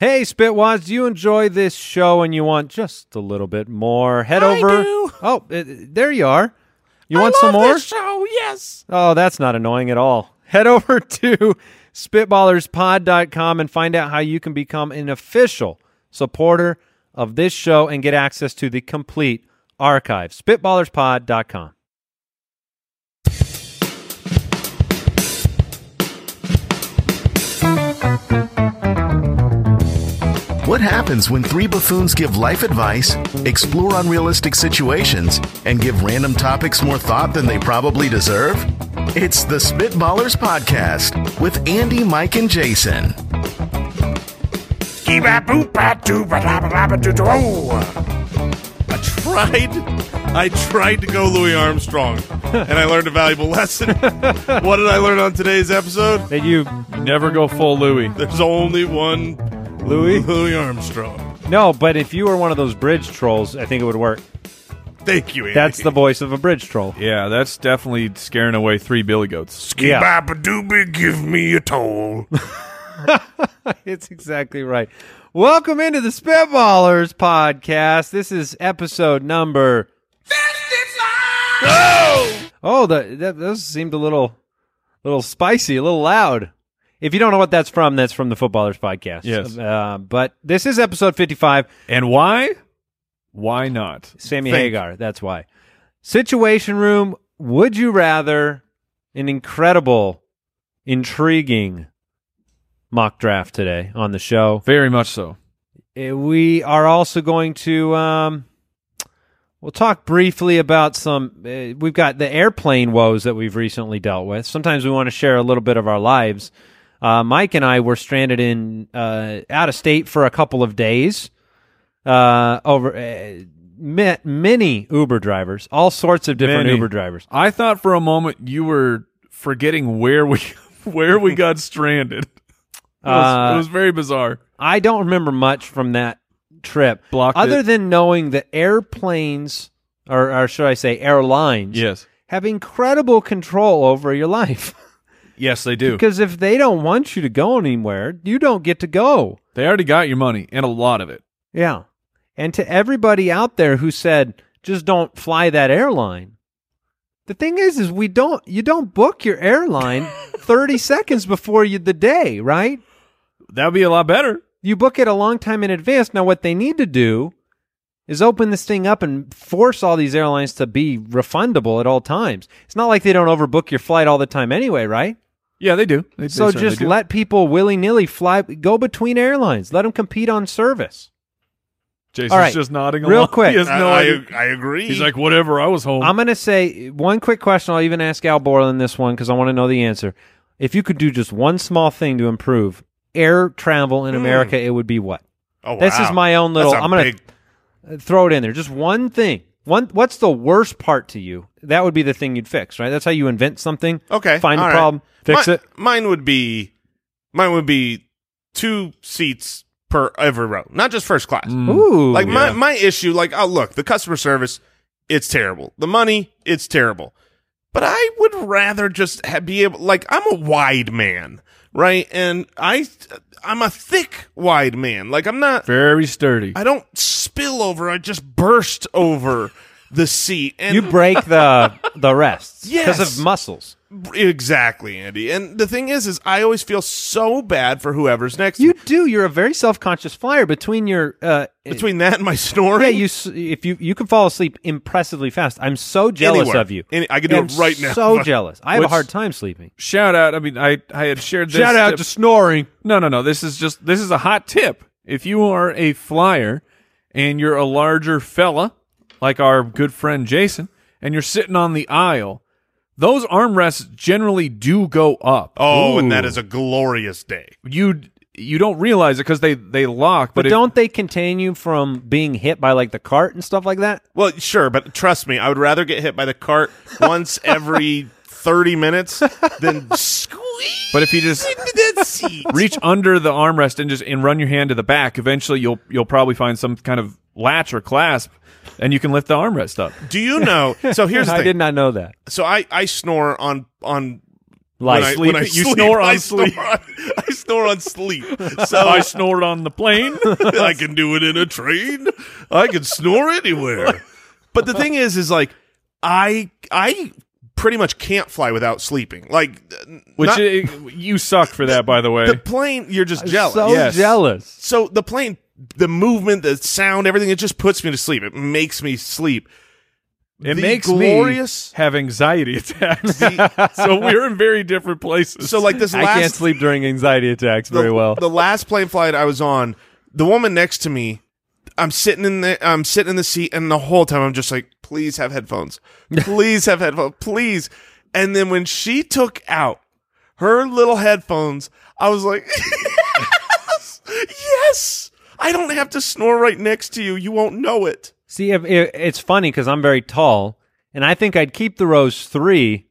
Hey, Spitwads, do you enjoy this show and you want just a little bit more? Head I over. do. Oh, uh, there you are. You I want some love more? This show, yes. Oh, that's not annoying at all. Head over to spitballerspod.com and find out how you can become an official supporter of this show and get access to the complete archive. Spitballerspod.com. What happens when three buffoons give life advice, explore unrealistic situations, and give random topics more thought than they probably deserve? It's the Spitballers Podcast with Andy, Mike, and Jason. I tried. I tried to go Louis Armstrong, and I learned a valuable lesson. what did I learn on today's episode? That you never go full Louis. There's only one Louis? Louis Armstrong. No, but if you were one of those bridge trolls, I think it would work. Thank you, Andy. That's the voice of a bridge troll. Yeah, that's definitely scaring away three billy goats. Yeah. Skibabadoobie, give me a toll. It's exactly right. Welcome into the Spitballers podcast. This is episode number. Oh, the, that, those seemed a little, little spicy, a little loud. If you don't know what that's from, that's from the Footballers podcast. Yes. Uh, but this is episode 55. And why? Why not? Sammy Hagar. That's why. Situation room. Would you rather? An incredible, intriguing mock draft today on the show. Very much so. Uh, we are also going to um, we'll talk briefly about some uh, we've got the airplane woes that we've recently dealt with sometimes we want to share a little bit of our lives uh, mike and i were stranded in uh, out of state for a couple of days uh, over uh, met many uber drivers all sorts of different Many. uber drivers I thought for a moment you were forgetting where we where we got stranded. It was, Uh, it was very bizarre. I don't remember much from that trip. Blocked other it. than knowing that airplanes, or, or should I say, airlines, Yes. have incredible control over your life. Yes, they do. Because if they don't want you to go anywhere, you don't get to go. They already got your money and a lot of it. Yeah. And to everybody out there who said, just don't fly that airline. The thing is, is we don't, you don't book your airline 30 seconds before you, the day, right? That would be a lot better. you book it a long time in advance. Now, what they need to do is open this thing up and force all these airlines to be refundable at all times. It's not like they don't overbook your flight all the time anyway, right? Yeah, they do. They- they so certainly just do. let people willy nilly fly, go between airlines, let them compete on service. Jason's All right. just nodding Real along. quick. He has I, no idea. I, I agree. He's like, whatever. I was home. I'm going to say one quick question. I'll even ask Al Borland this one because I want to know the answer. If you could do just one small thing to improve air travel Hmm. in America, it would be what? oh, this is wow. my own little- That's a I'm gonna- big- throw it in there. Just one thing. One. What's the worst part to you? That would be the thing you'd fix, right? That's how you invent something. Okay. Find the all right. problem, fix Mi- it. Mine would be mine would be two seats per every row, not just first class. Ooh. Like my yeah. my issue, like oh look, the customer service, it's terrible. The money, it's terrible. But I would rather just ha- be able, like I'm a wide man, right? And I I'm a thick wide man. Like I'm not very sturdy. I don't spill over. I just burst over the seat. And you break the the rests because Yes. of muscles. Exactly, Andy. And the thing is, is I always feel so bad for whoever's next. to You me. do. You're a very self conscious flyer. Between your uh, between that and my snoring. yeah, you s- if you you can fall asleep impressively fast. I'm so jealous Anywhere. of you. Any- I could do I'm it right now. So jealous. I have a Which- hard time sleeping. Shout out. I mean, I I had shared this. tip- snoring. No, no, no. This is just this is a hot tip. If you are a flyer and you're a larger fella, like our good friend Jason, and you're sitting on the aisle, those armrests generally do go up. oh, and that is a glorious day. You you don't realize it because they they lock. But, But if- don't they contain you from being hit by like the cart and stuff like that? Well, sure, but trust me, I would rather get hit by the cart once every 30 minutes than squeeze but if you just into that seat. reach under the armrest and just and run your hand to the back, eventually you'll you'll probably find some kind of latch or clasp, and you can lift the armrest up. Do you know? So here's the I thing. did not know that. So I, I snore on on Like, when I, sleep. when I You snore on I sleep. Snore on, I snore on sleep. So I snored on the plane. I can do it in a train. I can snore anywhere. But the thing is, is like I I pretty much can't fly without sleeping. Like n- Which not- i- you suck for that, by the way. the plane, you're just jealous. so yes. jealous. So the plane, the movement, the sound, everything, it just puts me to sleep. It makes me sleep. it the makes glorious- me have anxiety attacks. The- so we're in very different places. So like this I last can't sleep during anxiety attacks the, very well. The last plane flight I was on, the woman next to me, I'm sitting in the I'm sitting in the seat, and the whole time I'm just like, please have headphones, please have headphones, please. And then when she took out her little headphones, I was like, yes, yes, I don't have to snore right next to you. You won't know it. See, if, if, it's funny because I'm very tall, and I think I'd keep the rows three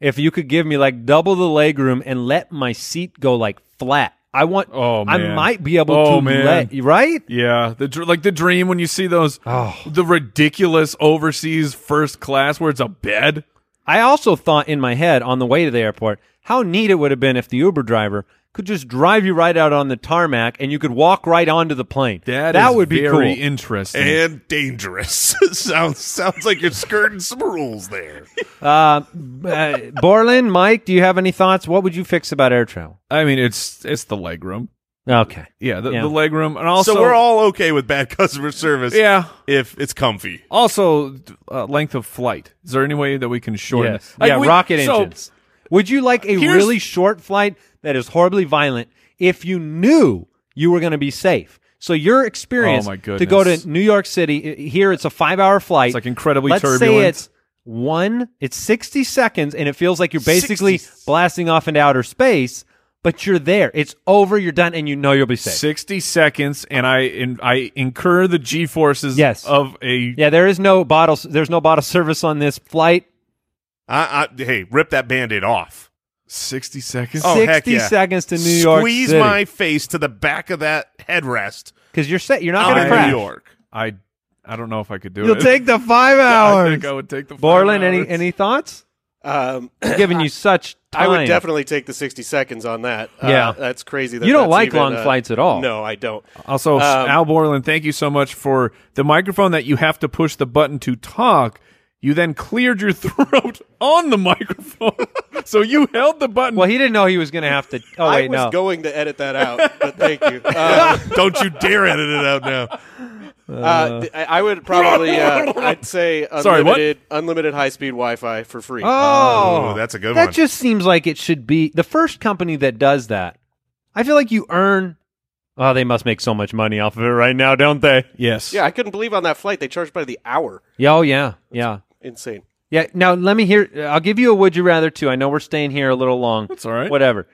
if you could give me like double the leg room and let my seat go like flat. I want. Oh, I man. might be able Oh, to man. let you right. yeah, the dr- like the dream when you see those Oh. the ridiculous overseas first class where it's a bed. I also thought in my head on the way to the airport how neat it would have been if the Uber driver could just drive you right out on the tarmac and you could walk right onto the plane. That is would be cool. very interesting. And dangerous sounds sounds like you're skirting some rules there. uh, uh, Borland, Mike, do you have any thoughts? What would you fix about air travel? I mean, it's it's the leg room. Okay. Yeah, the, Yeah. the leg room, and also so we're all okay with bad customer service, yeah. if it's comfy. Also, uh, length of flight. Is there any way that we can shorten? Yes. it? Like, yeah, we- rocket so- engines. Would you like a Here's- really short flight that is horribly violent if you knew you were going to be safe? So your experience Oh, my to go goodness. to New York City i- here it's a 5-hour flight. It's like incredibly Let's turbulent. say it's 1 it's 60 seconds and it feels like you're basically 60. blasting off into outer space, but you're there. It's over, you're done and you know you'll be safe. 60 seconds and i in, i incur the g forces Yes. of a Yeah, there is no bottle there's no bottle service on this flight. I, I, hey, rip that band-aid off. 60 seconds Oh, heck 60 yeah. seconds to New York Squeeze City. my face to the back of that headrest. cuz you're set. You're not out going of to I- crash. New York. i i don't know if i could do You'll it take the 5 i hours. think i would take the five Borland, hours. any any thoughts? Um, Giving you such time. I would definitely take the 60 seconds on that. Uh, Yeah. that's crazy. That You don't that's like even, long uh, flights at all. No, I don't. Um, also al borland thank you so much for the microphone that you have to push the button to talk you then cleared your throat on the microphone so you held the button Well, he didn't know he was going to have to. Oh I wait, was no. going to edit that out, but thank you. Uh, Don't you dare edit it out now. uh, th- I I would probably, uh, I'd say unlimited, Sorry, what? unlimited high-speed Wi-Fi for free. oh, Ooh, that's a good that one. just seems like it should be the first company that does that. I feel like you earn. Oh, they must make so much money off of it right now, don't they? yes yeah, I couldn't believe on that flight they charged by the hour. Yeah, oh yeah, yeah, Insane. yeah. Now let me hear. I'll give you a would you rather too. I know we're staying here a little long. that's all right Whatever.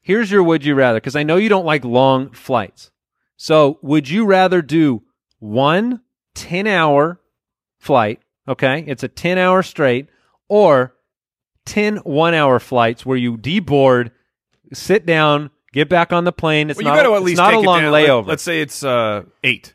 Here's your would you rather because I know you don't like long flights. So, would you rather do one 10 hour flight? Okay. It's a 10 hour straight or 10 one hour flights where you deboard, sit down, get back on the plane. It's well, you not, got to a- at it's least not take a it long down. Let- layover. Let's say it's uh, eight.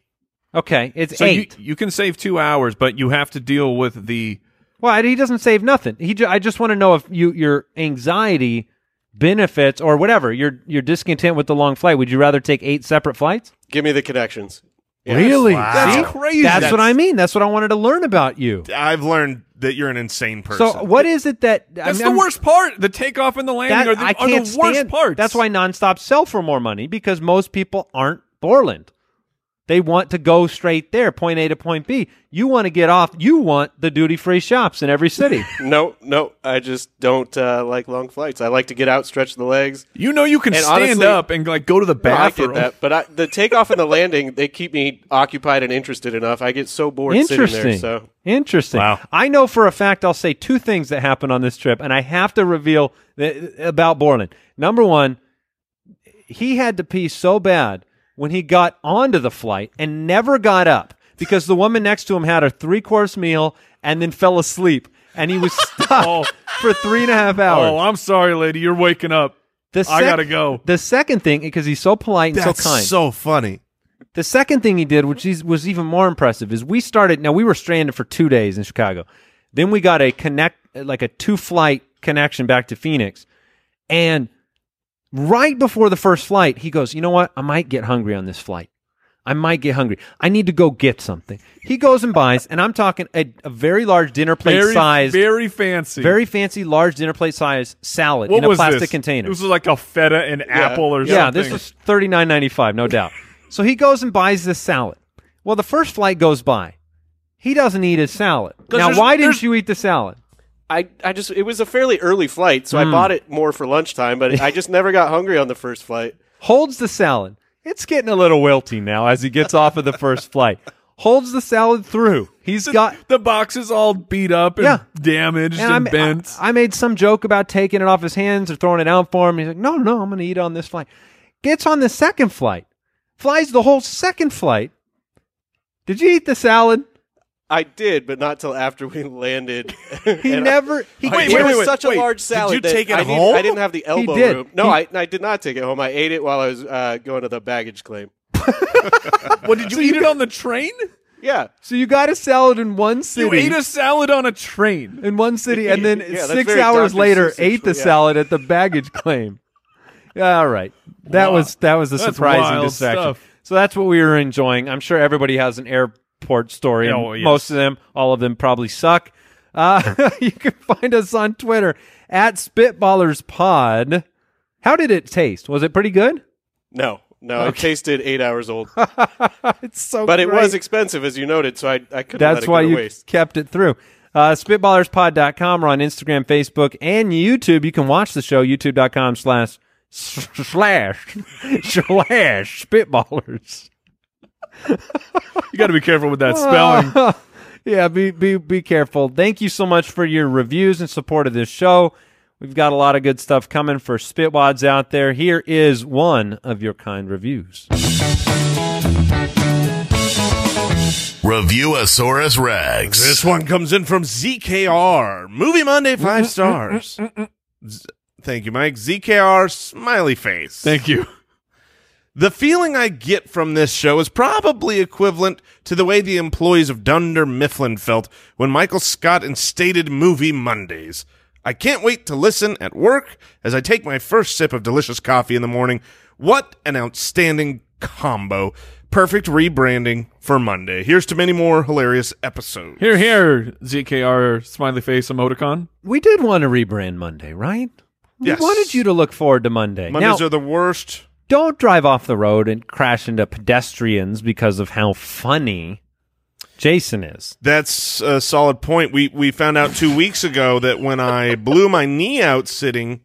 okay. It's So eight. You, you can save two hours, but you have to deal with the Well, I- he doesn't save nothing. He, ju- I just want to know if you your anxiety benefits or whatever. You're you're discontent with the long flight. Would you rather take eight separate flights? Give me the connections. Really? Wow. See? That's crazy. That's, That's- what I mean. That's what I wanted to learn about you. I've learned that you're an insane person. So what is it that That's I mean, the worst part. The takeoff and the I'm- landing That, are the, I are can't the worst stand- parts. That's why nonstop sell for more money because most people aren't Borland. They want to go straight there, point A to point B. You want to get off. You want the duty free shops in every city. No, no, I just don't uh, like long flights. I like to get out, stretch the legs. you know you can And stand honestly- up and like go to the No, I bathroom. get that, but I, the takeoff and the landing they keep me occupied and interested enough. I get so bored sitting Interesting. there. So Interesting. Wow. I know for a fact I'll say two things that happened on this trip, and I have to reveal th- about Borland. Number one, he had to pee so bad when he got onto the flight and never got up because the woman next to him had a three course meal and then fell asleep. And he was stuck for three and a half hours. Oh, I'm sorry, lady. You're waking up. The I gotta go. The second thing, because he's so polite and That's so kind. so funny. the second thing he did, which is, was even more impressive, is we started. Now we were stranded for two days in Chicago. Then we got a connect, like a two flight connection back to Phoenix, and right before the first flight, he goes, "You know what? I might get hungry on this flight. I might get hungry. I need to go get something." He goes and buys, and I'm talking a, a very large dinner plate Very, size, very, very fancy. fancy, large dinner plate size salad What in a was plastic this? container. This was like a feta and apple or something. Yeah, this was thirty nine ninety five, no doubt. so he goes and buys this salad. Well, the first flight goes by. He doesn't eat his salad. Now, there's- why didn't there's- you eat the salad? I, I just it was a fairly early flight, so I bought it more for lunchtime, but I just never got hungry on the first flight. Holds the salad. It's getting a little wilty now as he gets off of the first flight. Holds the salad through. He's got. the box is all beat up and Yeah. damaged And and, I ma- bent. I, I made some joke about taking it off his hands or throwing it out for him. He's like, no, no, I'm going to eat on this flight. Gets on the second flight, flies the whole second flight. Did you eat the salad? I did, but not till after we landed. He And I- never. He Wait, it wait, was wait, such wait. a large Did salad. you that take it I didn't- home? I didn't have the elbow did. room. No, He- I, I did not take it home. I ate it while I was uh, going to the baggage claim. what did you eat it on the train? Yeah, So you got a salad in one You city, ate a salad on a train. in one city, and then Yeah, that's six very hours Dr. later Seuss ate the actually, yeah. salad at the baggage claim. Yeah, All right, that Wow. was that was a That's surprising wild distraction. stuff. So that's what we were enjoying. I'm sure everybody has an airport story. and Oh, yes. Most of them, all of them, probably suck. Uh, you can find us on Twitter at Spitballers Pod. How did it taste? Was it pretty good? no, no. It tasted eight hours old, It's so, but it great. was expensive, as you noted. So I, I couldn't let That's it why go to you waste. kept it through. Uh, SpitballersPod.com. We're on Instagram, Facebook, and YouTube. You can watch the show, youtube.com slash slash slash spitballers. You got to be careful with that spelling. yeah, be, be, be careful. Thank you so much for your reviews and support of this show. We've got a lot of good stuff coming for Spitwads out there. Here is one of your kind reviews. Review Asaurus Rex. This one comes in from ZKR. Movie Monday, five stars. Z- Thank you, Mike. ZKR, smiley face. Thank you. The feeling I get from this show is probably equivalent to the way the employees of Dunder Mifflin felt when Michael Scott instated Movie Mondays. I can't wait to listen at work as I take my first sip of delicious coffee in the morning. What an outstanding combo. Perfect rebranding for Monday. Here's to many more hilarious episodes. Here, here, ZKR smiley face emoticon. We did want to rebrand Monday, right? Yes. We wanted you to look forward to Monday. Mondays Now- are the worst. don't drive off the road and crash into pedestrians because of how funny Jason is. That's a solid point. We we found out two weeks ago that when I blew my knee out sitting,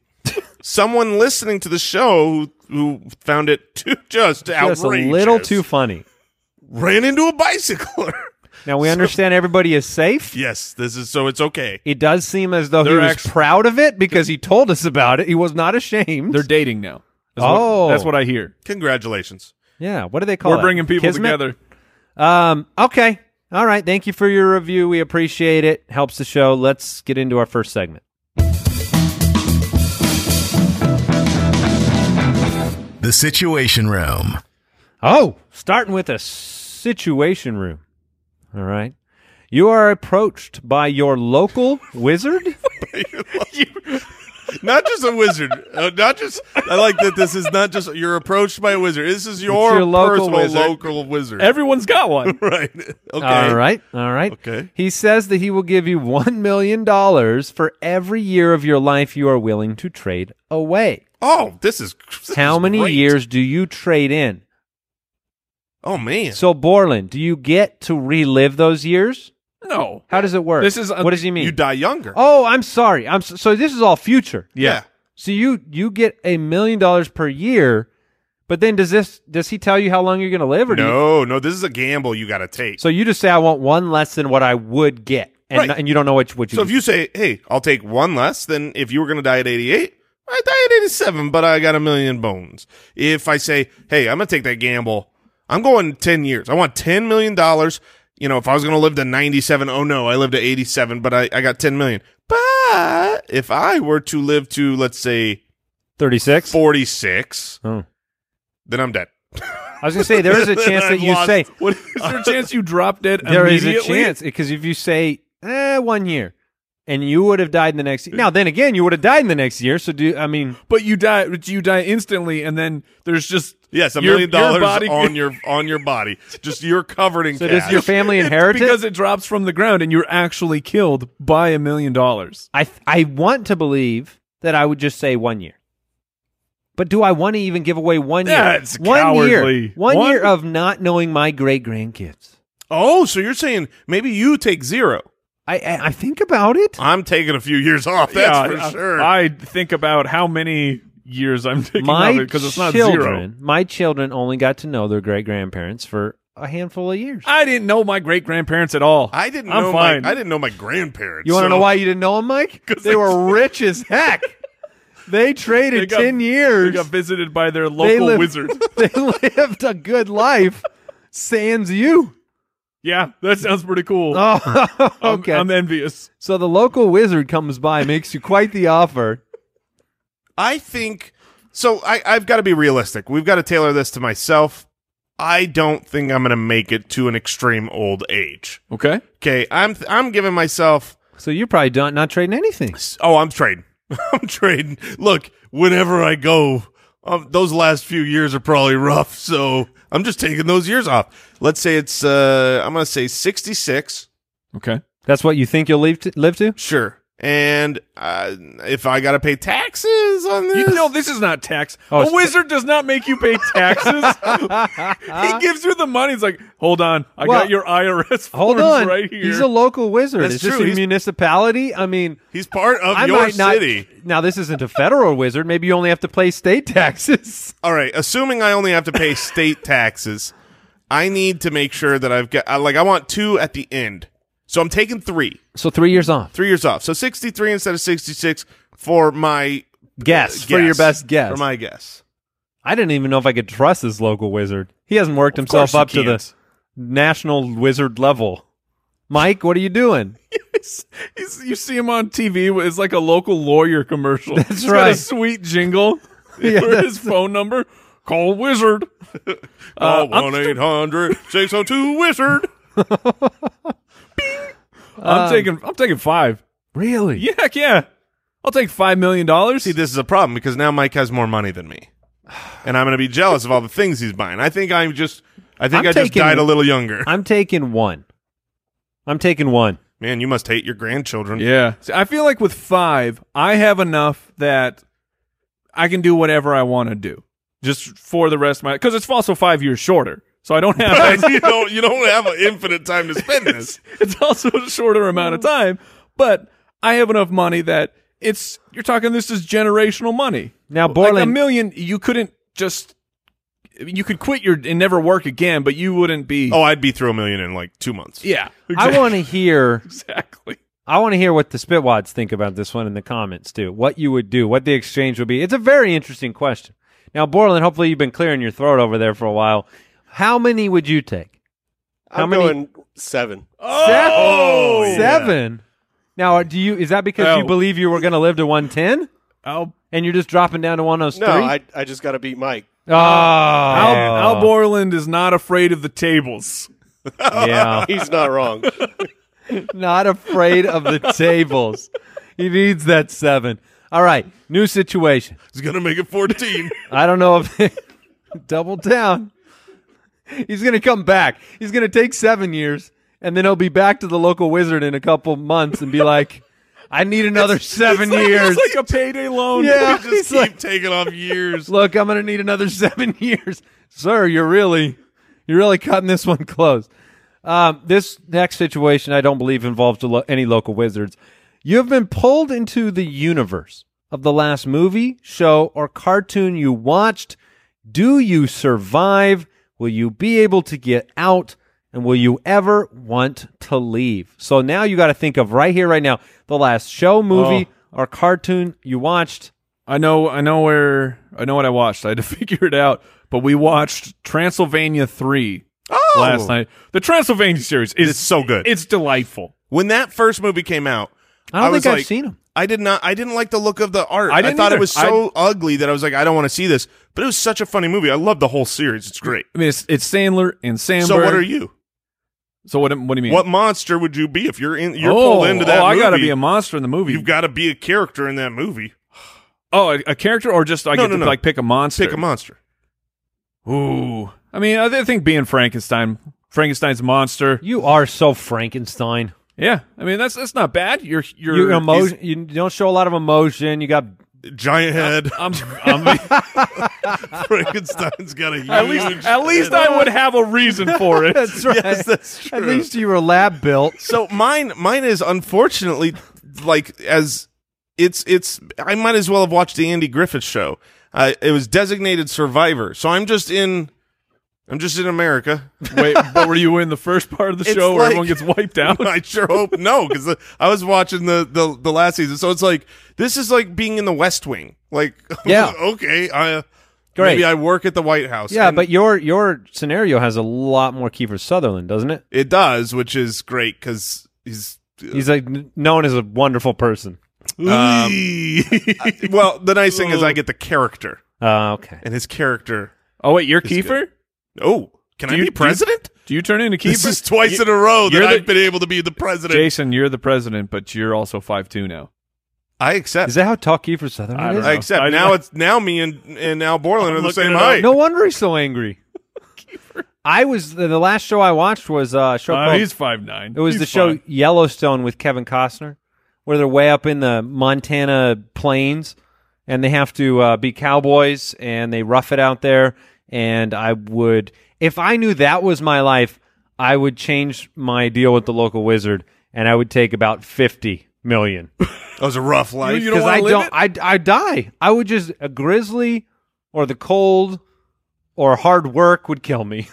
someone listening to the show who found it too just outrageous Just a little too funny. ran into a bicycler. Now we understand everybody is safe. yes, this is so it's okay. It does seem as though he They're was actu- proud of it because he told us about it. He was not ashamed. They're dating now. That's Oh. what, that's what I hear. Congratulations. yeah. What do they call it? We're bringing people Kismet? together. Um. Okay. All right. Thank you for your review. We appreciate it. Helps the show. Let's get into our first segment. The Situation Room. Oh, starting with a situation room. All right. You are approached by your local wizard. Not just a wizard. Uh, not just I like that this is not just you're approached by a wizard. This is your, your local personal wizard. local wizard. Everyone's got one. right. Okay. All right. All right. Okay. He says that he will give you $1 million for every year of your life you are willing to trade away. Oh, this is this How is many great. years do you trade in? Oh man. So, Borland, do you get to relive those years? No. How does it work? This is a- what does he mean? you die younger. oh, I'm sorry. I'm so, so this is all future. yeah. So you you get a million dollars per year, but then does this does he tell you how long you're going to live or do you, No, no, this is a gamble you got to take. So, so you just say I want one less than what I would get, and Right. and you don't know which would you. if you say, "Hey, I'll take one less," then if you were going to die at eighty-eight, I die at 87, but I got a million bones. If I say, hey, I'm going to take that gamble, I'm going 10 years. I want $10 million. You know, if I was going to live to 97, oh no, I lived to 87, but I, I got 10 million. But if I were to live to, let's say, 36. 46, Oh. then I'm dead. I was going to say, there is a chance that I've you lost. say, What is there a chance you drop dead? there is a immediately? chance. Because if you say, eh, one year, and you would have died in the next Now, then again, you would have died in the next year. So, do I mean, but you die. You die instantly, and then there's just Yes, a your- million your dollars body- on your on your body. Just you're covered in so cash. does your family inherit it? because it drops from the ground, and you're actually killed by a million dollars. I th- I want to believe that I would just say one year. But do I want to even give away one year? That's one cowardly. year. One, One- year of not knowing my great grandkids. oh, so you're saying maybe you take zero. I, I I think about it. I'm taking a few years off. That's for I, sure. I think about how many years I'm taking My of it because it's not children, zero. my children only got to know their great grandparents for a handful of years. I didn't know my great grandparents at all. I didn't I'm know fine. my I didn't know my grandparents. you want to so- know why you didn't know them, Mike? Because they were rich as heck. They traded They got- ten They years. got visited by their They local lived- wizard. they lived a good life. Sans you. yeah, that sounds pretty cool. Um, Oh, I'm- okay. I'm, envious. So the local wizard comes by, makes you quite the offer. I think so. I, I've got to be realistic. We've got to tailor this to myself. I don't think I'm going to make it to an extreme old age. Okay. Okay, I'm I'm giving myself. So you're probably done, not trading anything. Oh, I'm trading. I'm trading. Look, whenever I go, um, those last few years are probably rough. So I'm just taking those years off. Let's say it's. Uh, I'm going to say 66. Okay. That's what you think you'll leave to, live to? Sure. And uh, if I got to pay taxes on this, You know this is not tax. Oh, a it's- wizard does not make you pay taxes. he gives you the money. He's like, hold on, I Well, got your IRS Hold forms on. right here. He's a local wizard. That's is this true. a He's- municipality? I mean, he's part of I your might not. city. Now, this isn't a federal wizard. Maybe you only have to pay state taxes. All right, assuming I only have to pay state taxes, I need to make sure that I've got I, like I want two at the end. So I'm taking three, So three years off. three years off. So 63 instead of 66 for my Uh, Guess, for your best guess. for my guess. I didn't even know if I could trust this local wizard. He hasn't worked course himself you up to the can't. national wizard level. Mike, what are you doing? He's- he's- you see him on TV. It's like a local lawyer commercial. That's He's got a right. sweet jingle. Yeah, With his phone number. Call wizard. Oh, I'm 1 800 602 Wizard. Um, I'm taking. I'm taking five. Really? Yeah, heck yeah. I'll take five million dollars. See, this is a problem because now Mike has more money than me. And I'm going to be jealous of all the things he's buying. I think I'm just I think I'm i just taking- died a little younger. I'm taking one. I'm taking one. Man, you must hate your grandchildren. Yeah. See, I feel like with five, I have enough that I can do whatever I want to do just for the rest of my because it's also five years shorter. So I don't have you don't you don't have an infinite time to spend this. it's also a shorter amount of time, but I have enough money that it's you're talking this is generational money. Now, like a Borland, million, you couldn't just you could quit your and never work again, but you wouldn't be. Oh, I'd be through a million in like two months. yeah, I want to hear. exactly. I want to hear what the Spitwads think about this one in the comments too. What you would do, what the exchange would be. It's a very interesting question. Now, Borland, hopefully you've been clearing your throat over there for a while. How many would you take? How I'm many- going seven. Seven. Oh, Seven. Now, do you? Is that because you Oh. believe you were going to live to one ten, I'll and you're just dropping down to one hundred three? No, I, I just got to beat Mike. Oh, Al, Al Borland is not afraid of the tables. yeah. He's not wrong. not afraid of the tables. He needs that seven. All right, new situation. He's gonna make it fourteen. I don't know if double down. He's going to come back. He's going to take seven years, and then he'll be back to the local wizard in a couple months and be like, "I need another seven years." It's like a payday loan. yeah, just he's keep like, taking off years. "Look, I'm going to need another seven years, sir. You're really, you're really cutting this one close." Um, this next situation, I don't believe involves a lo- any local wizards. You have been pulled into the universe of the last movie, show, or cartoon you watched. Do you survive? Will you be able to get out? And will you ever want to leave? So now you got to think of right here, right now, the last show, movie, or cartoon you watched, I know, I know where, I know what I watched. I had to figure it out, but we watched Transylvania three Oh! last night. The Transylvania series is It's so good. It's delightful. When that first movie came out, I don't was think I've like- seen him. I did not. I didn't like the look of the art. I I, didn't thought either. it was so ugly that I was like, I don't want to see this. But it was such a funny movie. I love the whole series. It's great. I mean, it's, it's Sandler and Sandberg. So what are you? So what? What do you mean? What monster would you be if you're in? You're oh, pulled into that. Oh, I movie. gotta be a monster in the movie. You've got to be a character in that movie. oh, a, a character or just I No, get no, to no. like pick a monster. Pick a monster. Ooh, I mean, I think being Frankenstein, Frankenstein's monster. You are so Frankenstein. Yeah, I mean that's that's not bad. You're you're, You emotion. You don't show a lot of emotion. You got Giant head. I'm, I'm, Frankenstein's got a huge. at least at least I would have a reason for it. that's right. Yes, that's At true. least you were lab built. so mine mine is unfortunately like as it's it's I might as well have watched the Andy Griffith show. Uh, it was designated survivor. So I'm just in I'm just in America. Wait, but were you in the first part of the It's show where like- everyone gets wiped out? I sure hope no cuz I was watching the, the the last season. So it's like this is like being in the West Wing. Like Yeah. okay, I uh, Great. maybe I work at the White House. Yeah, And but your your scenario has a lot more Kiefer Sutherland, doesn't it? it does, which is great cuz he's He's like n- known as a wonderful person. Um, well, the nice thing is I get the character Uh, okay. and his character. oh wait, you're good. Kiefer. Oh, can I you- do be you- president? Do you turn into Kiefer? This is twice in a row that you're the- I've been able to be the president. Jason, you're the president, but you're also five two now. I accept. Is that how tall Kiefer Sutherland I don't is? I know. accept. I- now it's now me and, and Al Borland are the looking same it up. height. No wonder he's so angry. I was the, the last show I watched was uh, a show. Uh, called- he's five nine. it was the show Yellowstone with Kevin Costner, where they're way up in the Montana plains, and they have to uh, be cowboys and they rough it out there. And I would, if I knew that was my life, I would change my deal with the local wizard, and I would take about fifty million. That was a rough life. You don't because wanna I live don't. I I die. I would just a grizzly, or the cold, or hard work would kill me.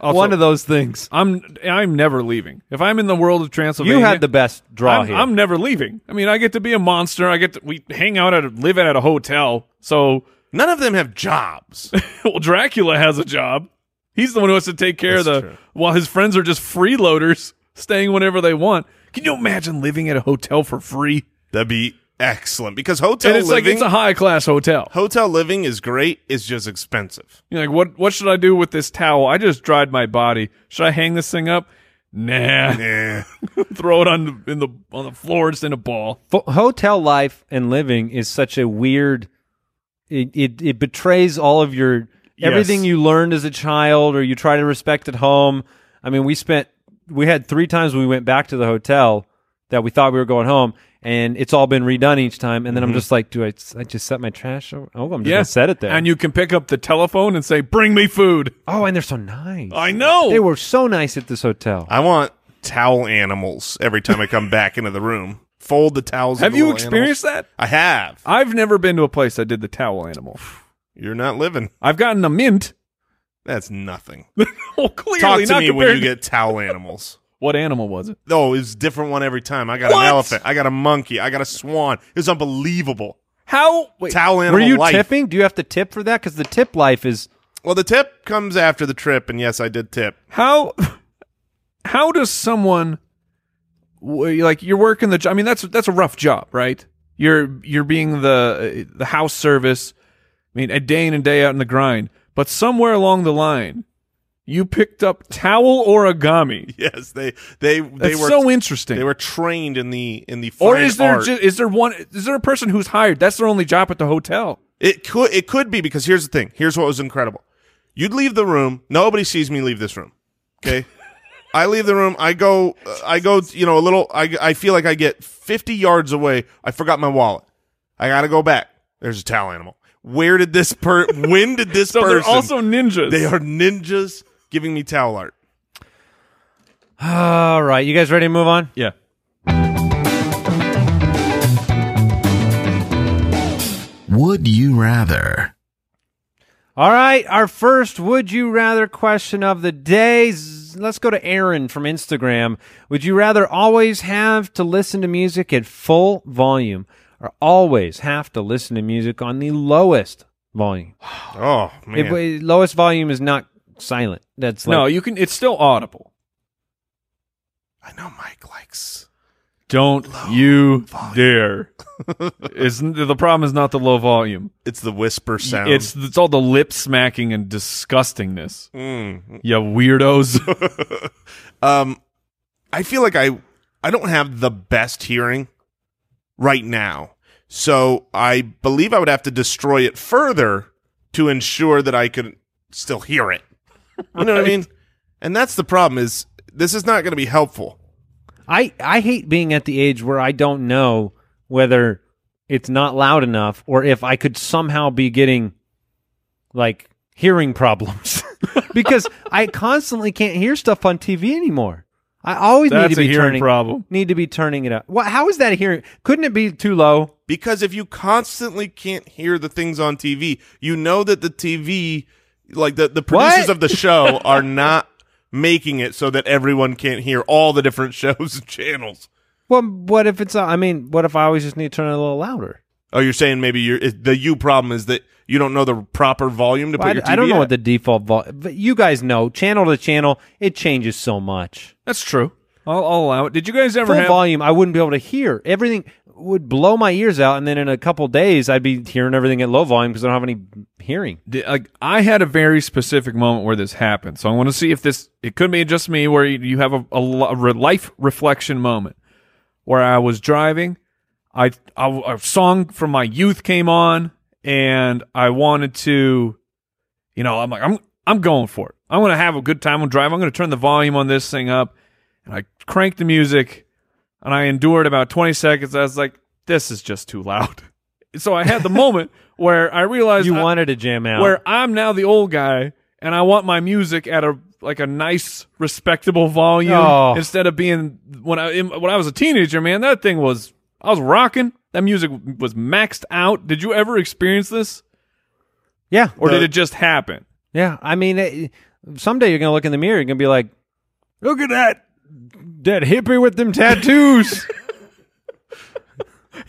One of those things. I'm I'm never leaving. If I'm in the world of Transylvania, You had the best draw I'm, here. I'm never leaving. I mean, I get to be a monster. I get to we hang out at a, live at a hotel. So None of them have jobs. well, Dracula has a job. He's the one who has to take care of That's the true. while his friends are just freeloaders staying whenever they want. Can you imagine living at a hotel for free? That'd be excellent because hotel And it's like living it's a high class hotel. hotel living is great. It's just expensive. You're like, what what should I do with this towel? I just dried my body. Should I hang this thing up? Nah. Yeah. Throw it on the in the on the floor, it's in a ball. Fo- hotel life and living is such a weird. It it, it betrays all of your everything Yes. you learned as a child, or you try to respect at home. I mean, we spent we had three times we went back to the hotel that we thought we were going home. And it's all been redone each time, and then I'm just like, do I, I just set my trash? Over? Oh, I'm just Mm-hmm. Yeah. gonna set it there. And you can pick up the telephone and say, Bring me food. Oh, and they're so nice. I know. They were so nice at this hotel. I want towel animals every time I come back into the room. Fold the towels. Have into you little experienced animals. that? I have. I've never been to a place that did the towel animal. You're not living. I've gotten a mint. That's nothing. well, clearly Talk to not me when compared you get towel animals. What animal was it? No, it was a different one every time. I got What? an elephant. I got a monkey. I got a swan. It was unbelievable. How? Wait, Towel animal Were you life. tipping? Do you have to tip for that? Because the tip life is Well, the tip comes after the trip, and yes, I did tip. how? How does someone w- like you're working the? jo- I mean, that's that's a rough job, right? You're you're being the the house service. I mean, a day in and day out in the grind. But somewhere along the line, you picked up towel origami. Yes, they they they That's were so interesting. they were trained in the in the fine or is there art. ju- is there one is there a person who's hired? That's their only job at the hotel. It could it could be because here's the thing. Here's what was incredible. You'd leave the room. Nobody sees me leave this room. Okay. I leave the room. I go. uh, I go. You know, a little. I I feel like I get 50 yards away. I forgot my wallet. I gotta go back. There's a towel animal. Where did this per? when did this So person? they're also ninjas. they are ninjas giving me towel art. all right. You guys ready to move on? Yeah. Would you rather? All right. Our first would you rather question of the day. Z- Let's go to Aaron from Instagram. Would you rather always have to listen to music at full volume are always have to listen to music on the lowest volume. Oh man, It- it- lowest volume is not silent. That's like, no, you can. It's still audible. I know Mike likes. Don't you dare! is the problem is not the low volume. It's the whisper sound. It's it's all the lip smacking and disgustingness. Mm. You weirdos. um, I feel like I I don't have the best hearing right now, so I believe I would have to destroy it further to ensure that I could still hear it. You know what I mean? And that's the problem. Is this is not going to be helpful. I I hate being at the age where I don't know whether it's not loud enough or if I could somehow be getting like hearing problems because I constantly can't hear stuff on TV anymore. I always need That's to a be hearing turning problem. need to be turning it up. What how is that a hearing? Couldn't it be too low? because if you constantly can't hear the things on TV, you know that the TV, like the, the producers What? of the show, are not making it so that everyone can't hear all the different shows and channels. Well, what if it's uh, I mean, what if I always just need to turn it a little louder? Oh, you're saying maybe you're, it- the you problem is that you don't know the proper volume to put I, your TV I don't know at. what the default vol but you guys know, channel to channel, it changes so much. That's true. I'll, I'll allow it. Did you guys ever full have? volume, I wouldn't be able to hear. Everything would blow my ears out, and then in a couple days, I'd be hearing everything at low volume because I don't have any hearing. Did, like I had a very specific moment where this happened, so I want to see if this. It could be just me, where you, you have a, a lo- a re- life reflection moment where I was driving. I, I a song from my youth came on, and I wanted to, you know, I'm like I'm I'm going for it. I'm gonna have a good time. I'm driving. I'm gonna turn the volume on this thing up, and I cranked the music, and I endured about 20 seconds. I was like, this is just too loud. So I had the moment where I realized You I- wanted to jam out. where I'm now the old guy and I want my music at a like a nice respectable volume Oh. instead of being when I in- when I was a teenager, man, that thing was I was rocking. That music was maxed out. Did you ever experience this yeah, or did it just happen? yeah. I mean, it, someday you're gonna look in the mirror, you're gonna be like, Look at that. "That hippie with them tattoos."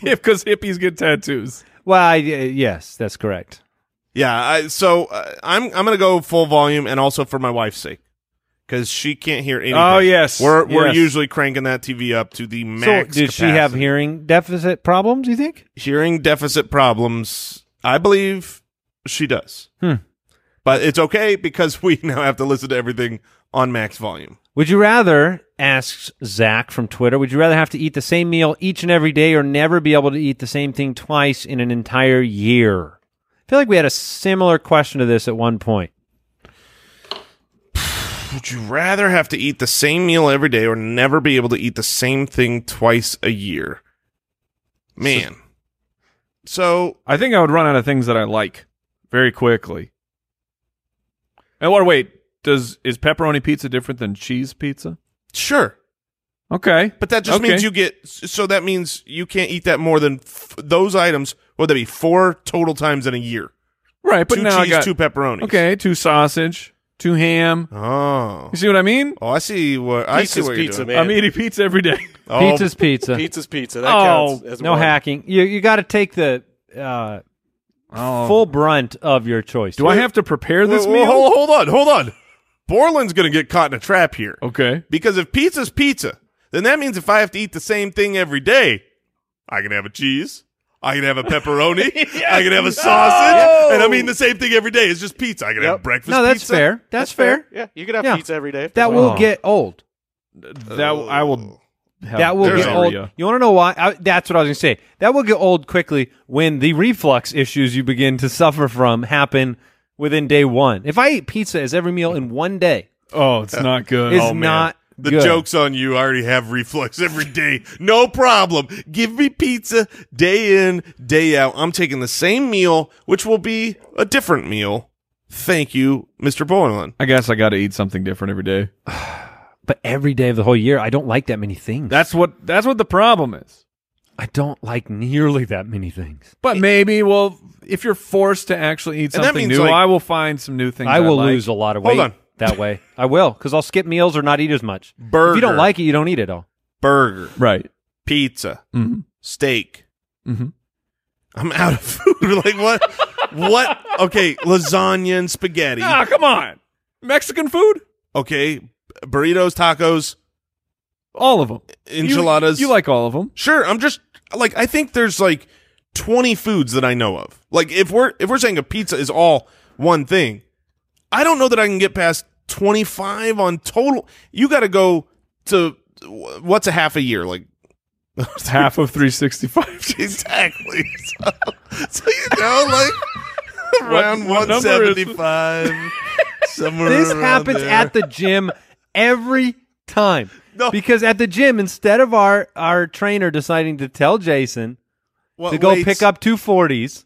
If cuz hippies get tattoos. well, I, uh, yes, that's correct. Yeah, I, so uh, I'm I'm gonna go full volume, and also for my wife's sake, because she can't hear anything. Oh, yes, we're we're yes. usually cranking that TV up to the max. so, did she have capacity. hearing deficit problems? You think? hearing deficit problems. I believe she does. Hmm. But it's okay because we now have to listen to everything on max volume. Would you rather, asks Zach from Twitter, would you rather have to eat the same meal each and every day or never be able to eat the same thing twice in an entire year? I feel like we had a similar question to this at one point. Would you rather have to eat the same meal every day or never be able to eat the same thing twice a year? Man. So, I think I would run out of things that I like very quickly. And or wait, does is pepperoni pizza different than cheese pizza? sure. Okay. But that just Okay. means you get so that means you can't eat that more than f- those items would that be four total times in a year. Right, but two now I cheese, got two pepperonis. Okay, two sausage, two ham. Oh. You see what I mean? Oh, I see what I see Pizza's what you're pizza, doing. man. I'm eating pizza every day. Oh, Pizza's pizza. Pizza's pizza. That Oh, counts as no one. hacking. You you got to take the uh, full brunt of your choice. Oh. Do I have to prepare this Whoa, meal? whoa, Hold, hold on, hold on. Borland's going to get caught in a trap here. Okay. Because if pizza's pizza, then that means if I have to eat the same thing every day, I can have a cheese, I can have a pepperoni, I can have a sausage, and I'm eating the same thing every day. It's just pizza. I can have breakfast. No, that's pizza. fair. That's, fair. Yeah, you could have Yeah. pizza every day. if That you will want. get old. That I will. Oh, Have That will there's get old. diarrhea. You want to know why? I, that's what I was going to say. That will get old quickly when the reflux issues you begin to suffer from happen within day one. If I eat pizza as every meal in one day, Oh, it's not good. it's oh, man. not The good. joke's on you. I already have reflux every day. No problem. Give me pizza day in, day out. I'm taking the same meal, which will be a different meal. Thank you, Mr. Borland. I guess I got to eat something different every day. But every day of the whole year, I don't like that many things. That's what. That's what the problem is. I don't like nearly that many things. But maybe, well, if you're forced to actually eat And that something means, new, like- I will find some new things. I will like. lose a lot of weight Hold on. that way. I will because I'll skip meals or not eat as much. Burger. If you don't like it, you don't eat it all. burger, Right. pizza, Mm-hmm. steak, Mhm. I'm out of food. like what? what? Okay, lasagna and spaghetti. Ah, come on. Mexican food? Okay, burritos, tacos, All of them. enchiladas. You, you like all of them. Sure, I'm just like I think there's like 20 foods that I know of. Like if we're if we're saying a pizza is all one thing, I don't know that I can get past 25 on total. You got to go to what's a half a year like Half of 365. exactly. So, so you know like around what number is- 175 somewhere This around happens there. at the gym every time. No. Because at the gym, instead of our, our trainer deciding to tell Jason What to go weights? pick up two forties,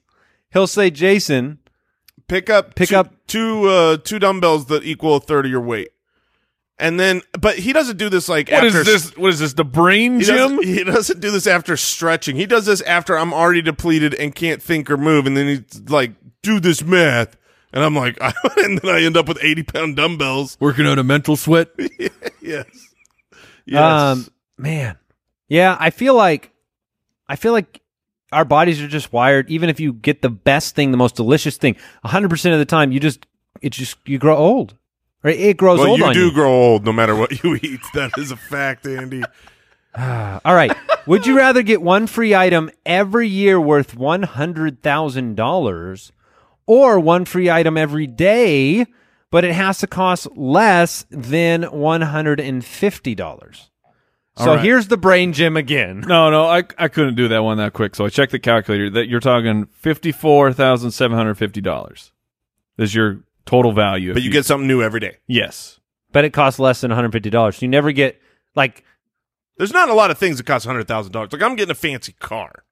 he'll say, Jason, pick up Pick two, up- two uh two dumbbells that equal a third of your weight and then but he doesn't do this like What after is this? What is this? The brain he gym? doesn't, he doesn't do this after stretching he does this after i'm already depleted and can't think or move and then he's like do this math and i'm like and then i end up with 80 pound dumbbells Working on a mental sweat. yes yes Um, man, yeah, I feel like, I feel like our bodies are just wired. Even if you get the best thing, the most delicious thing, hundred percent of the time, you just it just you grow old, right? It grows well old. you on do grow old no matter what you eat that is a fact andy All right. Would you rather get one free item every year worth one hundred thousand dollars, or one free item every day, but it has to cost less than one hundred and fifty dollars? So right. here's the brain gym again. No, no, I, I couldn't do that one that quick. So I checked the calculator. That you're talking fifty four thousand seven hundred fifty dollars is your total value. if but you get something new every day yes. but it costs less than $150. So you never get like there's not a lot of things that cost $100000 like i'm getting a fancy car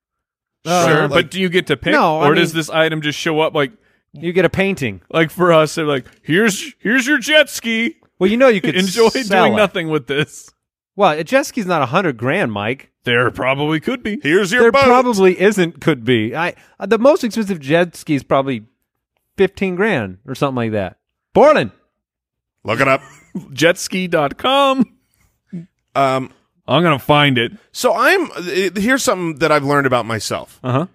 Uh, sure, like- but do you get to pick, No, I or does mean- this item just show up like you get a painting. like for us? They're like, here's here's your jet ski. Well, you know you could Enjoy sell doing it. nothing with this. Well, a jet ski's not a hundred grand, Mike. There probably could be. here's your there boat. probably isn't. Could be. I uh, the most expensive jet ski is probably fifteen grand or something like that. Borland. Look it up. Jetski.com. Um, I'm gonna find it. so I'm uh, here's something that I've learned about myself. Uh huh.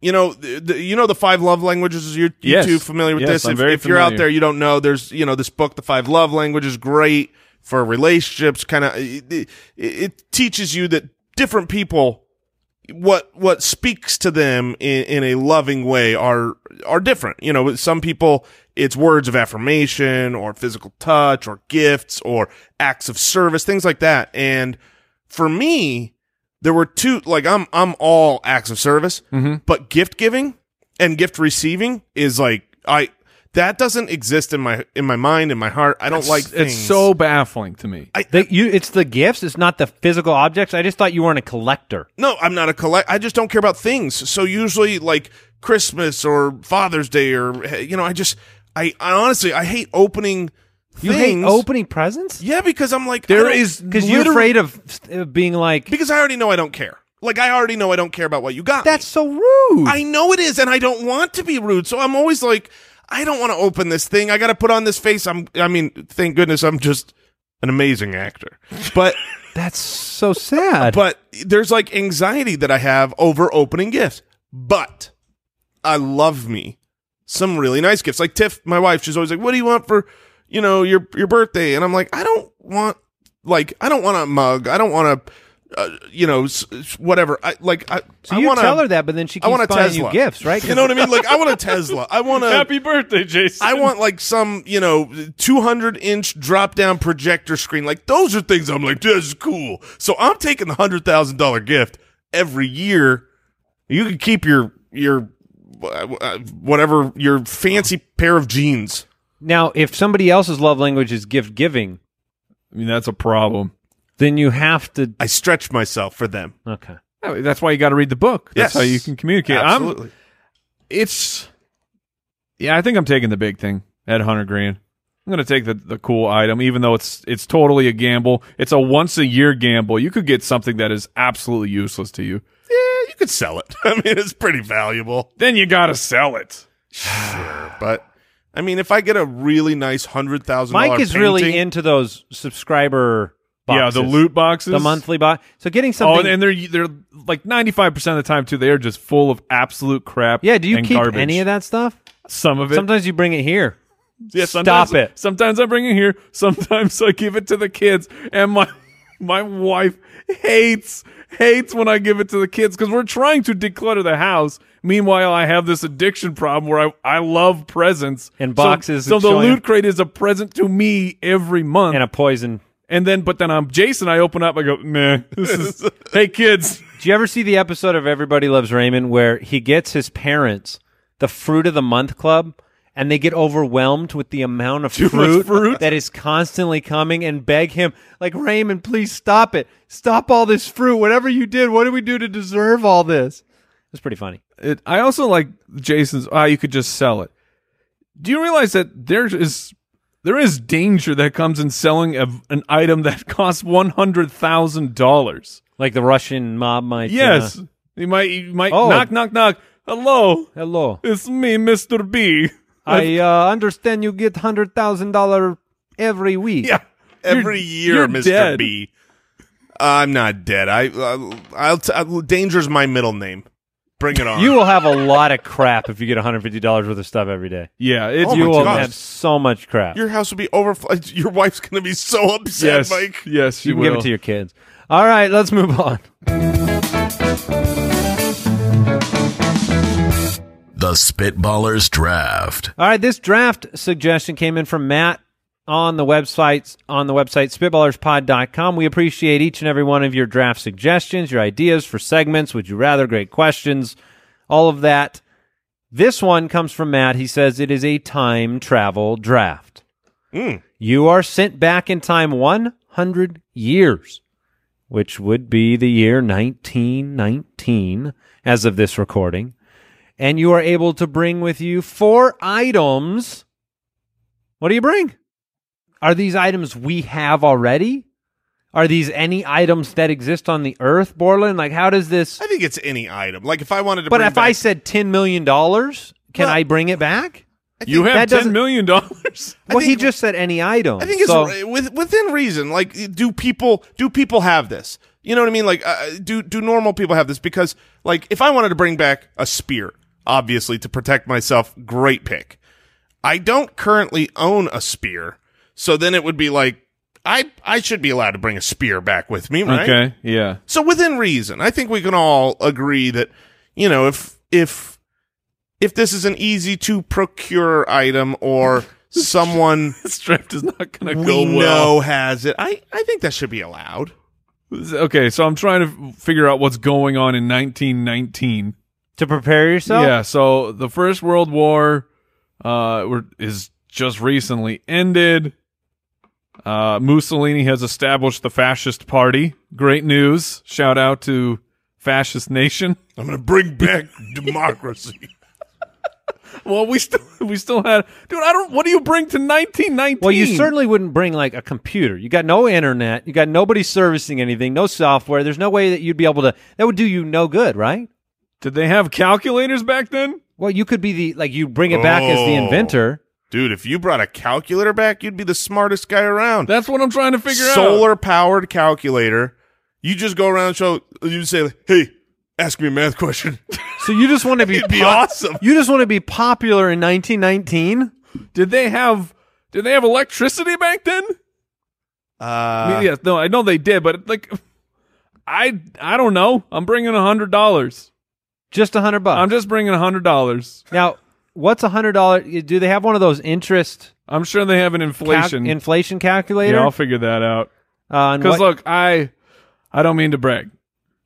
You know, the, the- you know the five love languages. You're you Yes. too familiar with Yes, this. I'm if very if you're out familiar. there, you don't know. There's you know this book, The Five Love Languages, great for relationships. Kind of it, it, it teaches you that different people what what speaks to them in, in a loving way are are different. You know, with some people it's words of affirmation or physical touch or gifts or acts of service, things like that. And for me, there were two like I'm I'm all acts of service, but gift giving and gift receiving is like I that doesn't exist in my in my mind in my heart. I don't like things. It's so baffling to me. They, you, it's the gifts. It's not the physical objects. I just thought you weren't a collector. No, I'm not a collect. I just don't care about things. So usually, like Christmas or Father's Day, or you know, I just, I, I honestly, I hate opening You things. hate opening presents yeah, because I'm like, There I don't- is because you're literally- afraid of uh, being like because I already know I don't care. Like I already know I don't care about what you got. me. that's so rude. I know it is, and I don't want to be rude. So I'm always like, I don't want to open this thing. I got to put on this face. I'm. I mean, thank goodness I'm just an amazing actor, but. that's so sad. but there's like anxiety that I have over opening gifts. But I love me some really nice gifts. Like Tiff, my wife, she's always like, "What do you want for, you know, your your birthday?" And I'm like, "I don't want like I don't want a mug. I don't want a, uh, you know, s- s- whatever. I like I so I you want tell her that, but then she I keeps want a buying Tesla. you gifts, right? You know what I mean? Like I want a Tesla. I want a Happy birthday, Jason. I want like some, you know, 200 inch drop down projector screen. Like those are things I'm like, this is cool. So I'm taking the hundred thousand dollar gift every year. You can keep your your uh, whatever your fancy pair of jeans. Now, if somebody else's love language is gift giving, I mean, that's a problem. then you have to. I stretch myself for them. Okay. Oh, That's why you got to read the book. That's Yes. how you can communicate. I'm, Absolutely. it's yeah, I think I'm taking the big thing at 100 grand. I'm going to take the the cool item even though it's it's totally a gamble. It's a once a year gamble. You could get something that is absolutely useless to you. yeah, you could sell it. I mean, it's pretty valuable. Then you got to sell it. But I mean, if I get a really nice hundred thousand, Mike is really painting, into those subscriber boxes. Yeah, the loot boxes, the monthly box. So getting Oh, something. and, and they're they're like ninety five percent of the time too. They are just full of absolute crap. yeah, do you and keep garbage. any of that stuff? Some of it. Sometimes you bring it here. Yeah, Stop sometimes, it. Sometimes I bring it here. Sometimes I give it to the kids, and my my wife hates hates when I give it to the kids because we're trying to declutter the house. Meanwhile, I have this addiction problem where I, I love presents And So- boxes So, the showing- loot crate is a present to me every month, And and, a poison. then but then I'm Jason. I open up. I go, nah. This is hey kids. Do you ever see the episode of Everybody Loves Raymond where he gets his parents the fruit of the month club and they get overwhelmed with the amount of much fruit, fruit? that is constantly coming and beg him, like, Raymond, please stop it. Stop all this fruit. Whatever you did, what do we do to deserve all this? It's pretty funny. It, I also like Jason's. Ah, you could just sell it. Do you realize that there is there is danger that comes in selling a, an item that costs one hundred thousand dollars? Like the Russian mob might. uh, Yes, you might you might Oh. knock knock knock. Hello, hello. it's me, Mister B. I uh, understand you get hundred thousand dollar every week. yeah, every year, you're mister dead. B. I'm not dead. I, I I'll, t- I'll danger's my middle name. Bring it on. You will have a lot of crap if you get $150 worth of stuff every day. yeah. It's Oh my you will gosh. have so much crap. Your house will be overflowed. Your wife's gonna be so upset, yes, Mike. yes. you You, can will. give it to your kids. All right, let's move on. The Spitballers Draft. All right, this draft suggestion came in from Matt on the website on the website spitballerspod.com. We appreciate each and every one of your draft suggestions, your ideas for segments, would you rather, great questions, all of that. This one comes from Matt. He says it is a time travel draft. You are sent back in time 100 years, which would be the year 1919 as of this recording and you are able to bring with you four items. What do you bring? Are these items we have already? Are these any items that exist on the earth, Borland? Like, how does this? I think it's any item. Like if I wanted to, But bring if I back- said $10 million, can I bring it back? You that have doesn't- ten million dollars. Well, he think- just said any item. I think it's so- ri- with, within reason. Like, do people do people have this? You know what I mean? Like, uh, do do normal people have this? Because like, if I wanted to bring back a spear, obviously to protect myself, great pick. I don't currently own a spear, so then it would be like I I should be allowed to bring a spear back with me, right? Okay, yeah. So within reason, I think we can all agree that you know if if if this is an easy to procure item or someone This draft is not going to we go well. know has it, I I think that should be allowed. Okay, so I'm trying to f- figure out what's going on in 1919. to prepare yourself? yeah, so the First World War uh, were, is just recently ended. Uh, Mussolini has established the fascist party. Great news! Shout out to fascist nation. I'm gonna bring back democracy. Well, we still we still had, dude. I don't. What do you bring to 1919? Well, you certainly wouldn't bring like a computer. You got no internet. You got nobody servicing anything, no software. There's no way that you'd be able to, that would do you no good, right? did. They have calculators back then. Well, you could be the, like, you bring it back as the Oh. inventor. Dude, if you brought a calculator back, you'd be the smartest guy around. That's what I'm trying to figure out. Solar powered calculator. You just go around and show you say, like, hey, ask me a math question. So you just want to be, It'd be awesome. You just want to be popular in 1919. Did they have? Did they have electricity back then? I mean, Uh, yes, no, I know they did, but like, I I don't know. I'm bringing a hundred dollars. Just a hundred bucks. I'm just bringing a hundred dollars. now, what's a hundred dollar? Do they have one of those interest I'm sure they have an cal- inflation. inflation calculator? yeah, I'll figure that out. Uh, and Because what- look, I I don't mean to brag.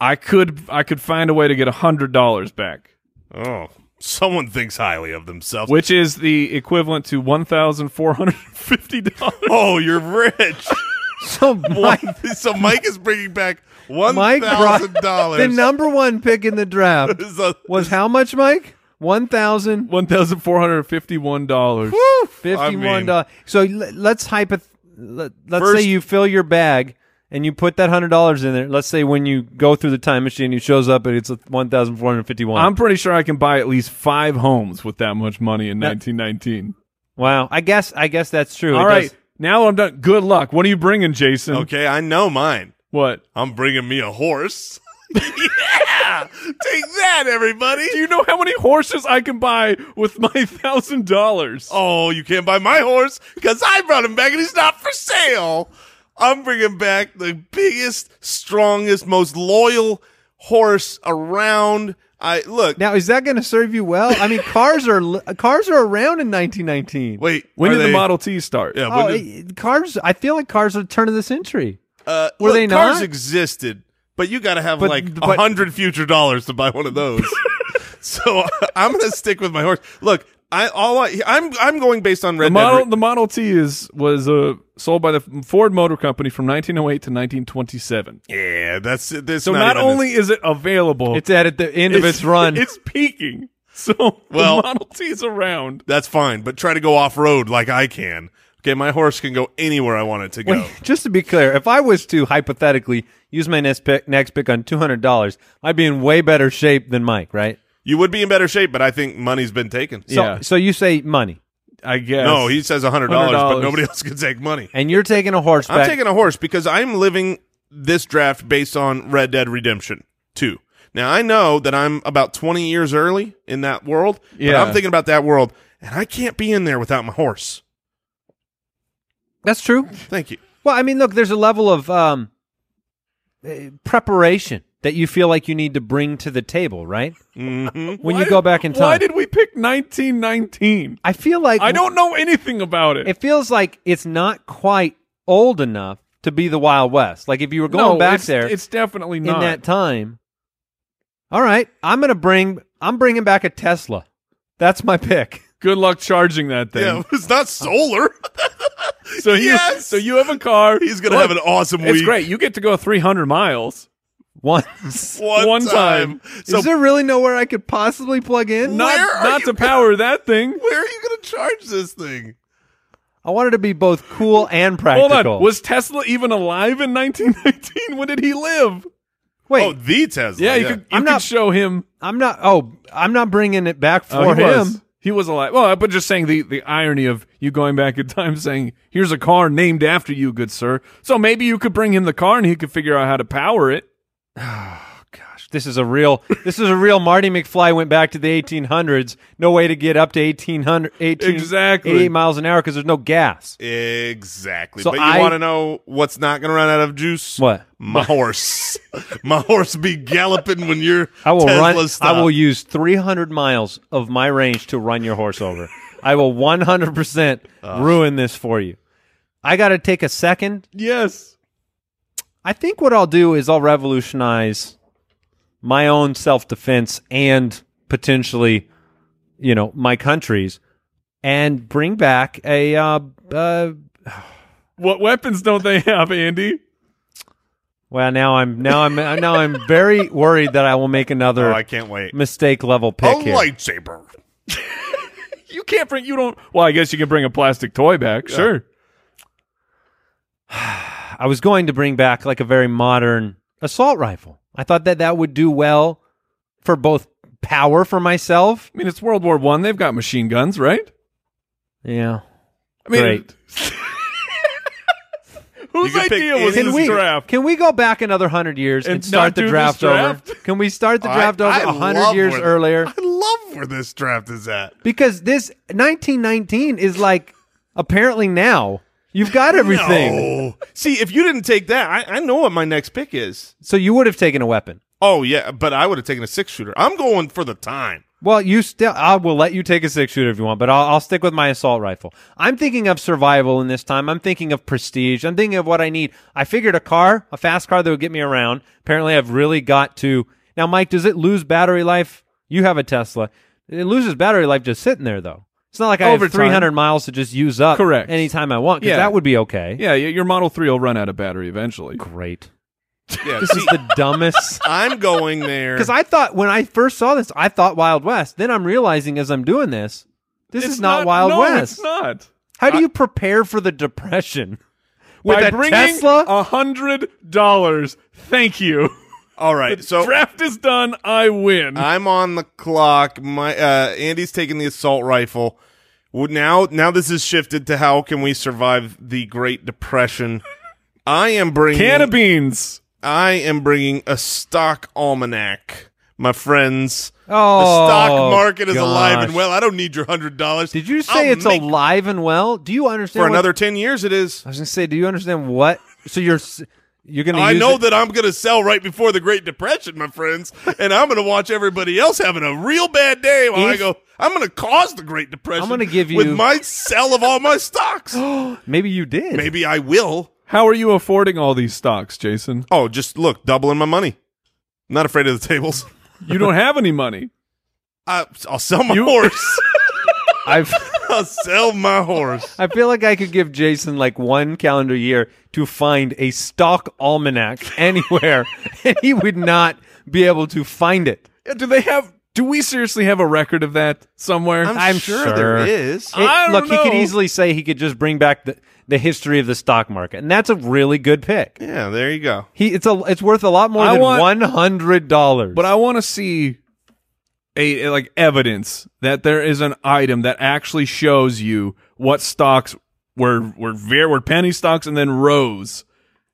I could I could find a way to get a hundred dollars back, oh, someone thinks highly of themselves. which is the equivalent to one thousand four hundred fifty dollars. Oh, you're rich. so Mike, so Mike is bringing back one Mike brought thousand dollars. the number one pick in the draft was how much, Mike? One thousand One thousand four hundred fifty-one dollars. fifty-one I dollars. So l- let's hypoth. Let, let's First- say you fill your bag. And you put that hundred dollars in there. Let's say when you go through the time machine, it shows up and it's one thousand four hundred fifty-one. I'm pretty sure I can buy at least five homes with that much money in 1919. Wow, I guess I guess that's true. All It right. does- Now I'm done. Good luck. What are you bringing, Jason? Okay, I know mine. What? I'm bringing me a horse. yeah, take that, everybody. Do you know how many horses I can buy with my thousand dollars? Oh, you can't buy my horse because I brought him back and he's not for sale. I'm bringing back the biggest, strongest, most loyal horse around. I look. Now, is that going to serve you well? I mean, cars are li- cars are around in 1919. wait, When are did the they- Model T start? Yeah, oh, when did, eh, cars. I feel like cars are the turn of the century. uh, were look, they cars not? existed, but you got to have But- like a but- hundred future dollars to buy one of those. so I'm gonna stick with my horse. Look, I all I, I'm I'm going based on Red The Dead model, Re- the Model T is was uh, sold by the Ford Motor Company from 1908 to 1927. Yeah, that's it. That's So not, even a- only is it available, It's at, at the end of its run. Oh. it's peaking. So Well- the Model T is around. that's fine, but try to go off road like I can. Okay, my horse can go anywhere I want it to go. Wait, just to be clear, if I was to hypothetically use my next pick, next pick on two hundred dollars, I'd be in way better shape than Mike, right? You would be in better shape, but I think money's been taken. So, Yeah. So you say money, I guess. No, he says hundred dollars, but $100. nobody else can take money. and you're taking a horseback. I'm taking a horse because I'm living this draft based on Red Dead Redemption 2. Now I know that I'm about 20 years early in that world, Yeah. but I'm thinking about that world, and I can't be in there without my horse. That's true. Thank you. Well, I mean, look, there's a level of um, eh, preparation that you feel like you need to bring to the table, right? hmm When Mm-hmm. Why you did- go back in Why time, did we pick 1919? I feel like I don't know anything about it. It feels like it's not quite old enough to be the Wild West. Like if you were going No, back it's- there it's definitely in not. that time. All right, I'm gonna bring. I'm bringing back a Tesla. That's my pick. Good luck charging that thing. Yeah, it's not solar. So you, Yes! so you have a car. He's gonna have an awesome It's week. great. You get to go 300 miles. Once. One, One time. So Is there really nowhere I could possibly plug in? Not, Where are not you to power that thing. where are you going to charge this thing? I wanted to be both cool and Hold practical. on. Was Tesla even alive in 1919? When did he live? Wait, Oh, the Tesla. Yeah, you could. You I'm could not- show him I'm not. Oh, I'm not bringing it back for Oh, he him. was. He was alive. Well, but just saying the, the irony of you going back in time saying, here's a car named after you, good sir. So maybe you could bring him the car and he could figure out how to power it. This is a real. This is a real. Marty McFly went back to the 1800s. No way to get up to 1800. 18, Exactly. 88 miles an hour because there's no gas. Exactly. So but you I- want to know what's not going to run out of juice? What? My horse. My horse be galloping when you're I will Tesla run. stop. I will use 300 miles of my range to run your horse over. I will 100 percent ruin this for you. I got to take a second. Yes. I think what I'll do is I'll revolutionize my own self defense and potentially, you know, my country's, and bring back a uh, uh, What weapons don't they have, Andy? Well, now I'm now I'm now I'm very worried that I will make another Oh, I can't Oh wait. mistake level A pick here. lightsaber. You can't bring, you don't, well, I guess you can bring a plastic toy back. Sure. I was going to bring back like a very modern assault rifle. I thought that that would do well for both power for myself. I mean, it's World War One. They've got machine guns, right? Yeah. I mean, Great. whose You can pick idea was any- this Can we draft? can we go back another hundred years and, And start not do the this draft, over? draft? Can we start the draft I- over I over hundred love years where- earlier? I love where this draft is at. Because this 1919 is like apparently now you've got everything. No. See, if you didn't take that, I, I know what my next pick is. So you would have taken a weapon. Oh yeah, but I would have taken a six shooter. I'm going for the time. Well, you still, I will let you take a six shooter if you want, but I'll, I'll stick with my assault rifle. I'm thinking of survival in this time. I'm thinking of prestige. I'm thinking of what I need. I figured a car, a fast car that would get me around. Apparently, I've really got to. Now, Mike, does it lose battery life? You have a Tesla. It loses battery life just sitting there, though. It's not like I Over have time. 300 miles to just use up Correct. anytime I want, 'cause Yeah. that would be okay. Yeah, y- your Model 3 will run out of battery eventually. Great. Yeah, This is the dumbest. I'm going there. Because I thought when I first saw this, I thought Wild West. Then I'm realizing as I'm doing this, this It's is not, Wild no, West. It's not. How do you prepare for the depression? With by a bringing Tesla? a hundred dollars. Thank you. All right, so Draft is done. I win. I'm on the clock. My uh, Andy's taking the assault rifle. Well, now now this is shifted to how can we survive the Great Depression. I am bringing Can of beans. I am bringing a stock almanac, my friends. Oh, the stock market is alive and gosh. well. I don't need your hundred dollars. Did you say it's alive and well? Do you understand for what- another ten years? It is. I was gonna say, do you understand what? So you're s- you're gonna. I use know it- that I'm going to sell right before the Great Depression, my friends, and I'm going to watch everybody else having a real bad day while I If- go. I'm going to cause the Great Depression. I'm gonna give with you- my sell of all my stocks. Maybe you did. Maybe I will. How are you affording all these stocks, Jason? Oh, just look, doubling my money. Not afraid of the tables. You don't have any money. I, I'll sell my You- horse. I've. I'll sell my horse. I feel like I could give Jason like one calendar year to find a stock almanac anywhere, and he would not be able to find it. Yeah, Do they have? Do we seriously have a record of that somewhere? I'm sure. there is. It- I don't look, he could know. easily say he could just bring back the, the history of the stock market, and that's a really good pick. Yeah, there you go. He it's a it's worth a lot more I than want- one hundred dollars. But I want to see a, a, like evidence that there is an item that actually shows you what stocks were were very were penny stocks and then rose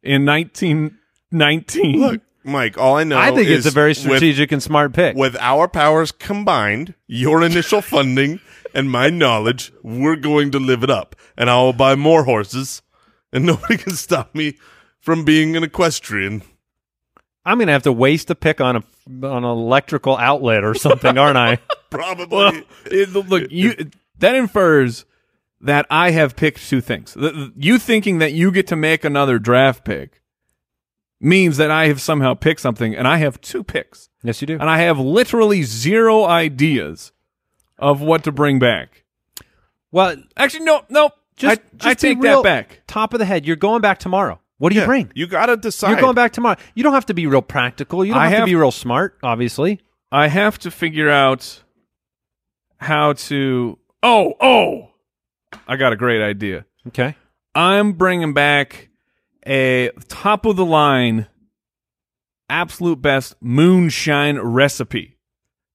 in 1919. Look, Mike, all I know I think is it's a very with- strategic and smart pick. With, our powers combined, your initial funding and my knowledge, we're going to live it up. And I will buy more horses, and nobody can stop me from being an equestrian. I'm gonna have to waste a pick on a on an electrical outlet or something, aren't I? Probably. Well, it- look, you that infers that I have picked two things. Th- th- You thinking that you get to make another draft pick means that I have somehow picked something, and I have two picks. Yes, you do. and I have literally zero ideas of what to bring back. Well, Actually, no, no. just, I, just I be take real that back. Top of the head, you're going back tomorrow. What do you bring? You got to decide. You're going back tomorrow. You don't have to be real practical. You don't I have, have- to be real smart, obviously. I have to figure out how to. Oh, oh! I got a great idea. Okay. I'm bringing back a top of the line, absolute best moonshine recipe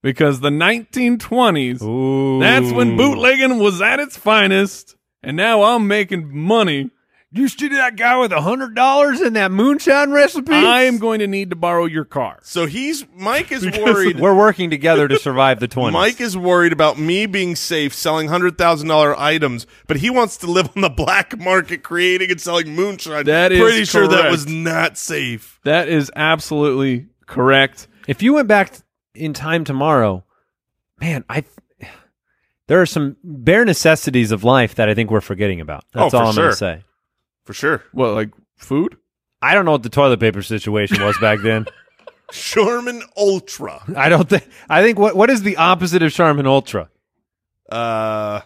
because the 1920s. Ooh. That's when bootlegging was at its finest, and now I'm making money. You see that guy with a hundred dollars in that moonshine recipe? I am going to need to borrow your car. so he's Mike is worried. We're working together to survive the twenties. Mike is worried about me being safe selling hundred thousand dollar items, but he wants to live on the black market, creating and selling moonshine. That is pretty sure that correct. was not safe. That is absolutely correct. if you went back in time tomorrow, man, I there are some bare necessities of life that I think we're forgetting about. That's Oh, for all I'm sure. gonna say. For sure. What, like food? I don't know what the toilet paper situation was back then. Sherman Ultra. I don't think. I think what what is the opposite of Charmin Ultra? Uh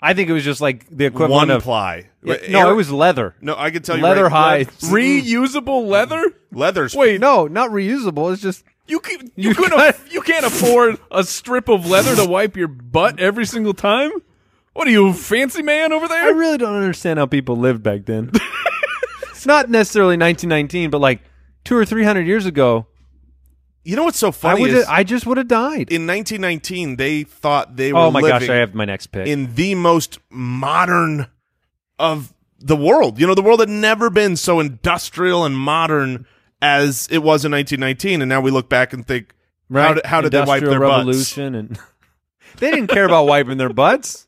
I think it was just like the equivalent one of ply. Yeah, Wait, no, air- it was leather. No, I can tell you leather right- high. Reusable leather? Leathers. Wait, No, not reusable. It's just you can, you, You couldn't got- aff- you can't afford a strip of leather to wipe your butt every single time? What are you, a fancy man over I there? really don't understand how people lived back then. it's not necessarily 1919, but like two or three hundred years ago, You know what's so I funny would is I just would have died. in 1919 they thought they were oh my gosh, living I have my next pick. in the most modern of the world. You know, the world had never been so industrial and modern as it was in 1919, and now we look back and think, how did, how did they wipe Industrial their butts? revolution and they didn't care about wiping their butts.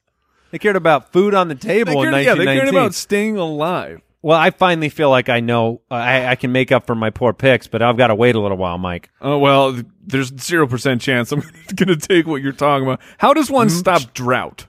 They cared about food on the table They in cared, yeah, they 1919. cared about staying alive. well, I finally feel like I know uh, I, I can make up for my poor picks, but I've got to wait a little while, Mike. Oh, well, th- there's 0% chance I'm going to take what you're talking about. How does one stop drought?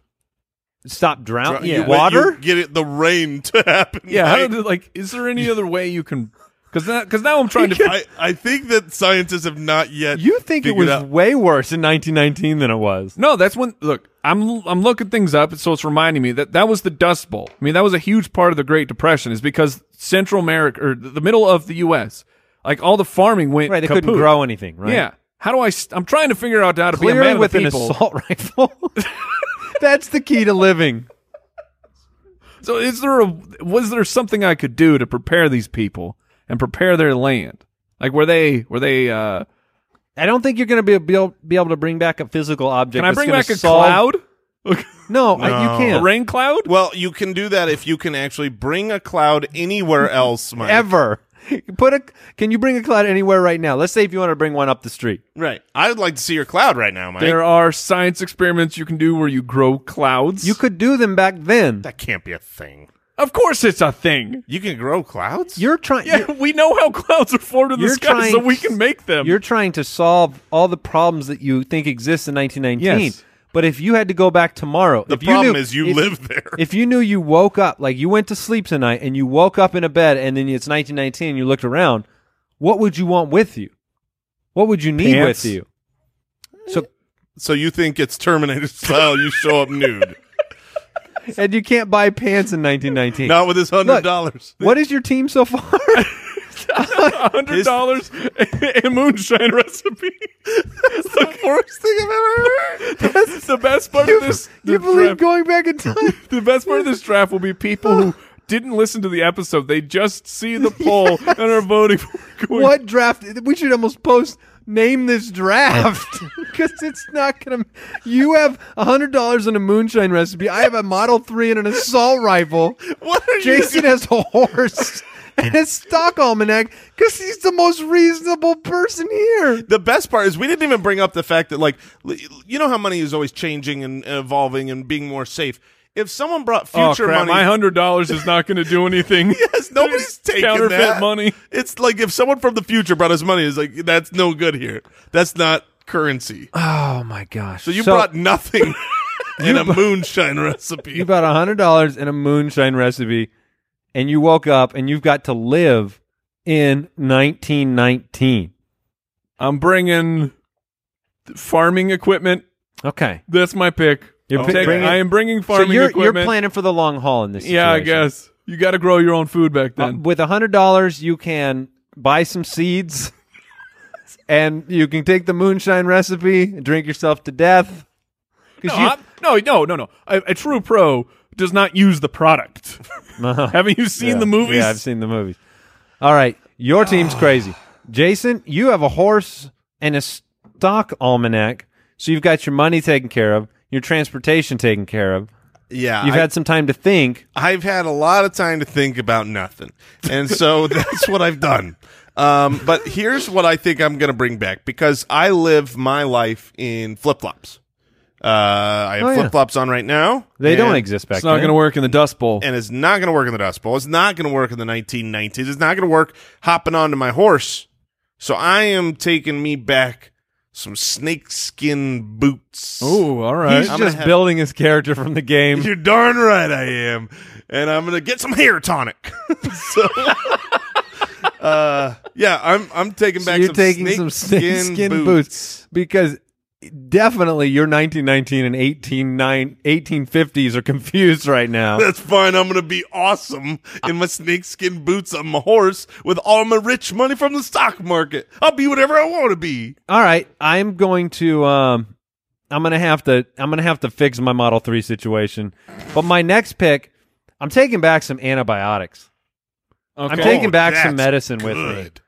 Stop drowning. You- you- Uh, Water. you get it, the rain to happen. Yeah, how Mike. did, like, is there any other way you can? Because now, because now I'm trying to. I, I think that scientists have not yet. You think it figured was out- way worse in 1919 than it was? No, that's when. Look, I'm I'm looking things up, so it's reminding me that that was the Dust Bowl. I mean, that was a huge part of the Great Depression, is because Central America or the middle of the U.S. like all the farming went Right, they couldn't kaput. grow anything, right? Yeah, how do I? St- I'm trying to figure out how to be a Clearly man with with an people. assault rifle. That's the key to living. So, is there a was there something I could do to prepare these people and prepare their land? Like, were they were they? uh I don't think you're going to be, be, able, be able to bring back a physical object. Can I that's bring gonna back a solve- cloud? No, I, you No. A can't. rain cloud? Well, you can do that if you can actually bring a cloud anywhere else, Mike. Ever. Put a. Can you bring a cloud anywhere right now? Let's say if you want to bring one up the street. Right. I would like to see your cloud right now, Mike. There are science experiments you can do where you grow clouds. You could do them back then. that can't be a thing. of course, it's a thing. You can grow clouds? You're trying. Yeah, we know how clouds are formed in the You're sky, trying- so we can make them. You're trying to solve all the problems that you think exist in 1919. Yes. But if you had to go back tomorrow, the if problem you knew, is you if- live there. If you knew you woke up, like you went to sleep tonight, and you woke up in a bed, and then it's 1919, and you looked around, what would you want with you? What would you need Pants. with you? So, so you think it's Terminator style, you show up nude. and you can't buy pants in 1919. Not with his hundred Look, dollars. What is your team so far? hundred dollars a moonshine recipe. That's the worst thing I've ever heard. the best part of this. you this believe draft- going back in time? the best part of this draft will be people who didn't listen to the episode. They just see the poll and are voting for going. what draft? We should almost post name this draft because it's not gonna. You have hundred dollars on a moonshine recipe. I have a Model Three and an assault rifle. What are Jason has a horse and a stock almanac because he's the most reasonable person here. the best part is we didn't even bring up the fact that like l- you know how money is always changing and evolving and being more safe. If someone brought Oh, future crap, money, My hundred dollars is not going to do anything. Yes, nobody's taking counterfeit that. money. It's like if someone from the future brought us money, it's like that's no good here. That's not currency. Oh my gosh! So you brought nothing and a moonshine recipe. you bought hundred dollars and a moonshine recipe, and you woke up and you've got to live in 1919. I'm bringing farming equipment. Okay. That's my pick. You're I'm pi- taking- bringing- I am bringing So farming you're, you're equipment. planning for the long haul in this. yeah, I situation. guess you got to grow your own food back Uh, then. with a hundred dollars, you can buy some seeds, and you can take the moonshine recipe and drink yourself to death. no, you- I'm- no, no, no, no. A, a true pro does not use the product. Uh-huh. Haven't you seen Yeah. the movies? Yeah, I've seen the movies. All right, your team's crazy. Jason, you have a horse and a stock almanac, so you've got your money taken care of, your transportation taken care of. yeah, You've I- had some time to think. I've had a lot of time to think about nothing. And so that's what I've done. Um, but here's what I think I'm going to bring back because I live my life in flip flops. Uh, I have Oh, yeah. flip flops on right now. They don't and- exist back it's not then. going to work in the Dust Bowl. And it's not going to work in the Dust Bowl. It's not going to work in the 1990s. It's not going to work hopping onto my horse. So I am taking me back some snakeskin boots. Ooh, all right. He's I'm gonna just have- building his character from the game. You're darn right I am. And I'm gonna get some hair tonic. so uh yeah, I'm I'm taking So back you're some taking some snakeskin snakeskin boots. because definitely your 1919 and 189 1850s are confused right now. That's fine. I'm gonna be awesome in my snakeskin boots on my horse with all my rich money from the stock market. I'll be whatever I want to be. All right, I'm going to um I'm going to have to I'm going to have to fix my Model 3 situation. But my next pick, I'm taking back some antibiotics. okay. I'm taking back some Oh, that's medicine with me good.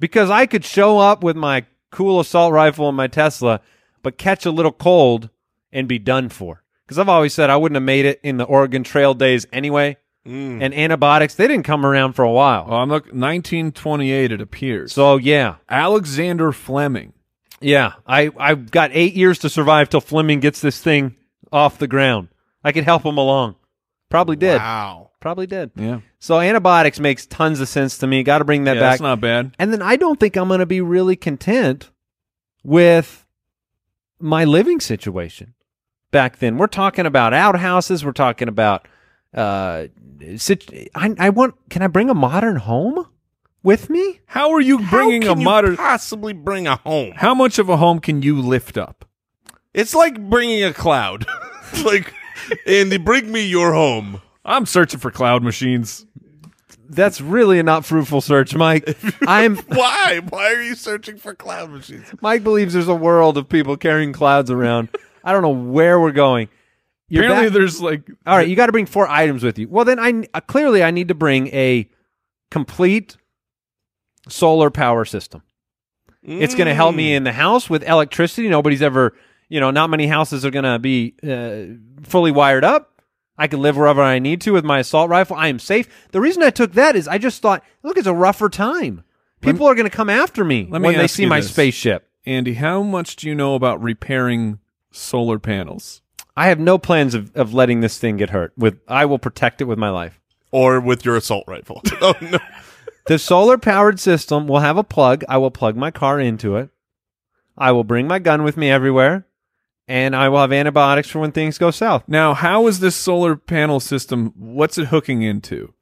because I could show up with my cool assault rifle and my Tesla, but catch a little cold and be done for. Because I've always said I wouldn't have made it in the Oregon Trail days anyway. And antibiotics, they didn't come around for a while. Well, I'm look 1928 it appears. So yeah, Alexander Fleming. yeah. I I've got eight years to survive till Fleming gets this thing off the ground. I could help him along. Probably did. Wow. Probably did. Yeah. So antibiotics makes tons of sense to me. Got to bring that yeah back. that's not bad. And then I don't think I'm going to be really content with my living situation back then. We're talking about outhouses. We're talking about. Uh, sit- I, I want. Can I bring a modern home with me? How are you bringing How a can you modern? possibly bring a home. how much of a home can you lift up? It's like bringing a cloud. It's like Andy, bring me your home. I'm searching for cloud machines. That's really a not fruitful search, Mike. I'm. Why? Why are you searching for cloud machines? Mike believes there's a world of people carrying clouds around. I don't know where we're going. You're Apparently, back- there's like All right, you got to bring four items with you. Well, then I uh, clearly I need to bring a complete Mm. solar power system. It's going to help me in the house with electricity. Nobody's ever you know, not many houses are going to be uh, fully wired up. I can live wherever I need to with my assault rifle. I am safe. The reason I took that is I just thought, look, it's a rougher time. People are going to come after me let me when they ask see you my this. spaceship. Andy, how much do you know about repairing solar panels? I have no plans of, of letting this thing get hurt. With I will protect it with my life. or with your assault rifle. oh no. The solar powered system will have a plug. I will plug my car into it. I will bring my gun with me everywhere. And I will have antibiotics for when things go south. Now, how is this solar panel system? What's it hooking into?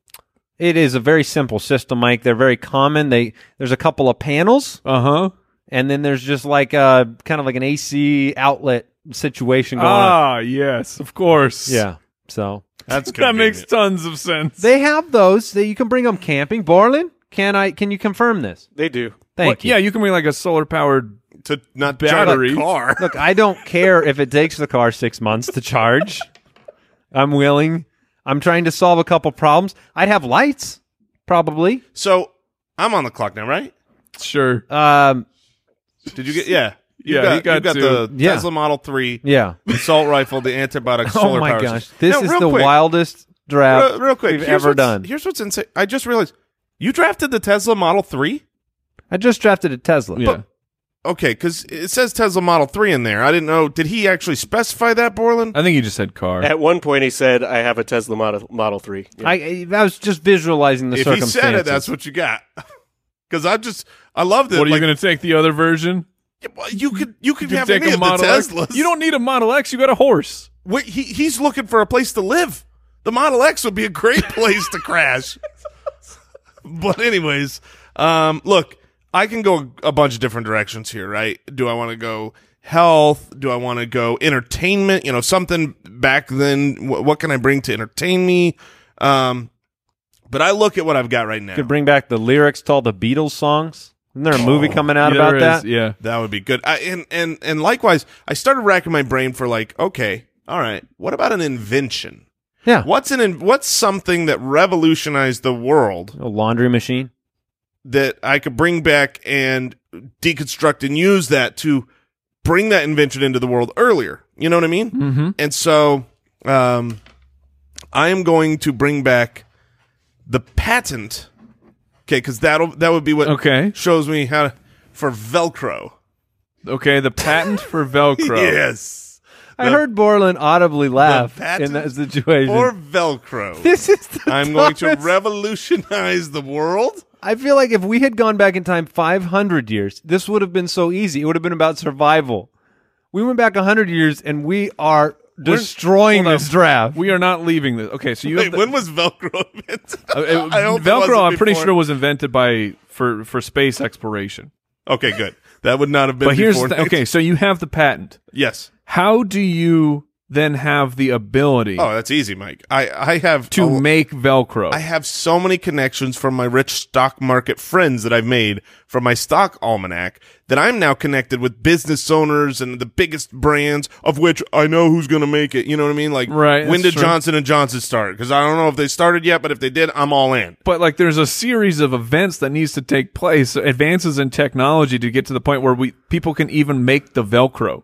It is a very simple system, Mike. They're very common. They there's a couple of panels, Uh huh. and then there's just like a kind of like an AC outlet situation going on. Ah, yes, of course. Yeah. So That's that makes convenient. tons of sense. they have those that you can bring them camping. Borland, can I? Can you confirm this? They do. Thank What- you. Yeah, you can bring like a solar powered. to not Battery. drive a car. Look, I don't care if it takes the car six months to charge. I'm willing. I'm trying to solve a couple problems. I'd have lights, probably. So I'm on the clock now, right? Sure. Um, Did you get? Yeah, you Yeah, Got, he you got got two. the Yeah. Tesla Model Three, yeah. the assault rifle, the antibiotic solar Oh my power gosh, system. this Now, is real the quick, wildest draft Real, real quick, we've here's ever what's- done. Here's what's insane. I just realized you drafted the Tesla Model Three. I just drafted a Tesla. yeah. but- Okay, because it says Tesla Model Three in there. I didn't know. Did he actually specify that, Borland? I think you just said car. At one point, he said, "I have a Tesla Model, Model Three." Yeah. I, I I was just visualizing the if he circumstances. said it, that's what you got. Because I just, I love that. what are like, you going to take? The other version? You could, you could You have take any a of the Model X. Teslas. You don't need a Model X. You got a horse. Wait, he, he's looking for a place to live. The Model X would be a great place to crash. but anyways, um, look, I can go a bunch of different directions here, right? Do I want to go health? Do I want to go entertainment? You know, something back then. Wh- what can I bring to entertain me? Um, but I look at what I've got right now. could bring back the lyrics to all the Beatles songs. Isn't there a movie Oh, coming out Yeah, about there that? is, Yeah. That would be good. I, and and and likewise, I started racking my brain for like, okay, all right, what about an invention? Yeah. What's an in, what's something that revolutionized the world A laundry machine. that I could bring back and deconstruct and use that to bring that invention into the world earlier? You know what I mean? Mm-hmm. And so, um, I am going to bring back the patent. Okay, because that'll that would be what Okay. shows me how to, for Velcro. Okay. The patent for Velcro. Yes. I heard Borland audibly laugh in patent that situation. or Velcro. this is the I'm going to dumbest- revolutionize the world. I feel like if we had gone back in time 500 years, this would have been so easy. It would have been about survival. We went back 100 years and we are destroying Hold on. this draft. We are not leaving this. Okay. So you have Wait, the- when was Velcro invented? Uh, it- I hope it wasn't Velcro, I'm pretty before. sure, was invented by for for space exploration. Okay, good. That would not have been. But here's the before thing. okay. So you have the patent. Yes. How do you then have the ability Oh, that's easy, Mike. I I have to a- make Velcro? I have so many connections from my rich stock market friends that I've made from my stock almanac that I'm now connected with business owners and the biggest brands of which I know who's going to make it. You know what I mean? Like, Right, when that's did true. Johnson and Johnson start? Because I don't know if they started yet, but if they did, I'm all in. but like, there's a series of events that needs to take place, advances in technology to get to the point where we people can even make the Velcro.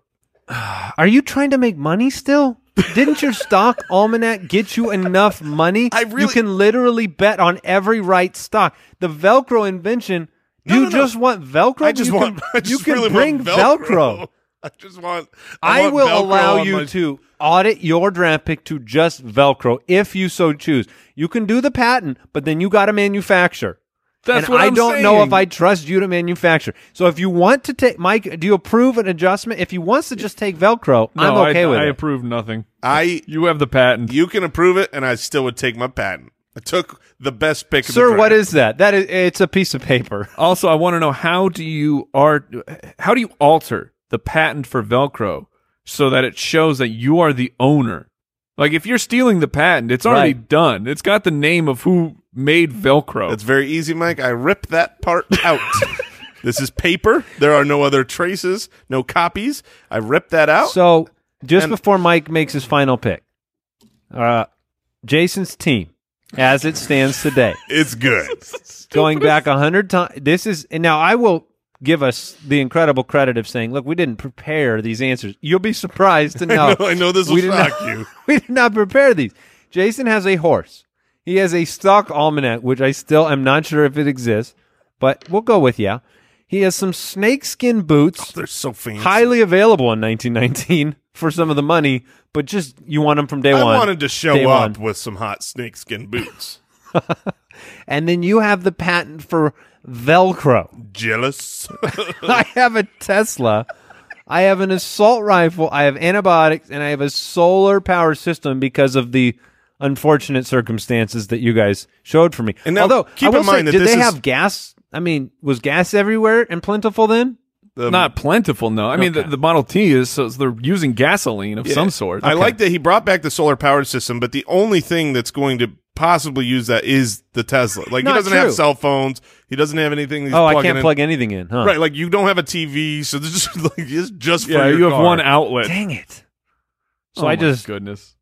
Are you trying to make money still? Didn't your stock almanac get you enough money? I really- you can literally bet on every right stock. The Velcro invention. Do you no, no. just want Velcro? I just you want. Can, I just you can really bring want Velcro. Velcro. I just want. I, want will Velcro allow on you my- to audit your draft pick to just Velcro if you so choose. You can do the patent, but then you got to manufacture. That's and what I I'm don't know saying. if I trust you to manufacture. So if you want to take Mike, do you approve an adjustment? If he wants to just take Velcro, No, I'm okay I, with I it. approve nothing. I. You have the patent. You can approve it, and I still would take my patent. I took the best pick. of the Sir, draft. what is that? That is it's a piece of paper. also, I want to know how do you are how do you alter the patent for Velcro so that it shows that you are the owner? Like if you're stealing the patent, it's already Right. done. It's got the name of who made Velcro. That's very easy, Mike. I rip that part out. this is paper. There are no other traces, no copies. I rip that Oh. out. So just And- before Mike makes his final pick, uh, Jason's team, as it stands today, it's good. going back a hundred times. This is and now I will give us the incredible credit of saying, "Look, we didn't prepare these answers." You'll be surprised to know. I know, I know this will we did shock not- you. we did not prepare these. Jason has a horse. He has a stock almanac, which I still am not sure if it exists, but we'll go with yeah. He has some snakeskin boots They're so fancy. highly available in 1919 for some of the money, but just you want them from day I one. wanted to show Day up one. with some hot snakeskin boots. And then you have the patent for Velcro. Jealous? I have a Tesla. I have an assault rifle. I have antibiotics, and I have a solar power system because of the unfortunate circumstances that you guys showed for me. And now, Although, keep I will in say, mind that did this they is- have gas? I mean, was gas everywhere and plentiful then? The- Not plentiful, no. I mean, the, Okay. the Model T is so they're using gasoline of some sort. I like that he brought back the solar powered system, but the only thing that's going to possibly use that is the Tesla. Like Not he doesn't true. have cell phones. He doesn't have anything. He's oh, I plugging can't in. plug anything in, huh? Right, like you don't have a TV, so this is like it's just for Yeah, your you have car. one outlet. Dang it. So Oh I my just goodness.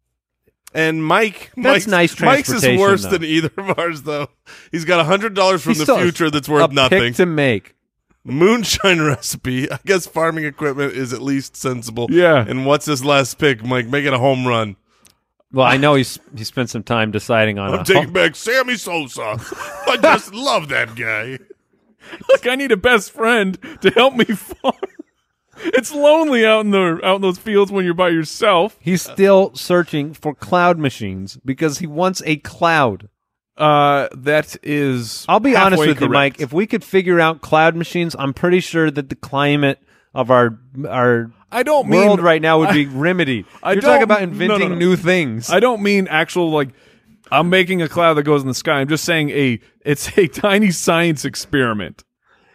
And Mike, That's Mike's, nice Mike's is transportation, worse though. than either of ours, though. He's got hundred dollars from He the still has future that's a worth pick nothing. to make. Moonshine recipe. I guess farming equipment is at least sensible. Yeah. And what's his last pick, Mike? Make it a home run. Well, I know he's he spent some time deciding on. I'm a- taking back Sammy Sosa. I just love that guy. Look, I need a best friend to help me farm. It's lonely out in the out in those fields when you're by yourself. He's still searching for cloud machines because he wants a cloud. Uh, that is. I'll be honest halfway with you, correct. Mike. If we could figure out cloud machines, I'm pretty sure that the climate of our our I don't mean world right now would be remedied. I You're talking don't- about no, no, inventing no. new things. I don't mean actual like I'm making a cloud that goes in the sky. I'm just saying a it's a tiny science experiment.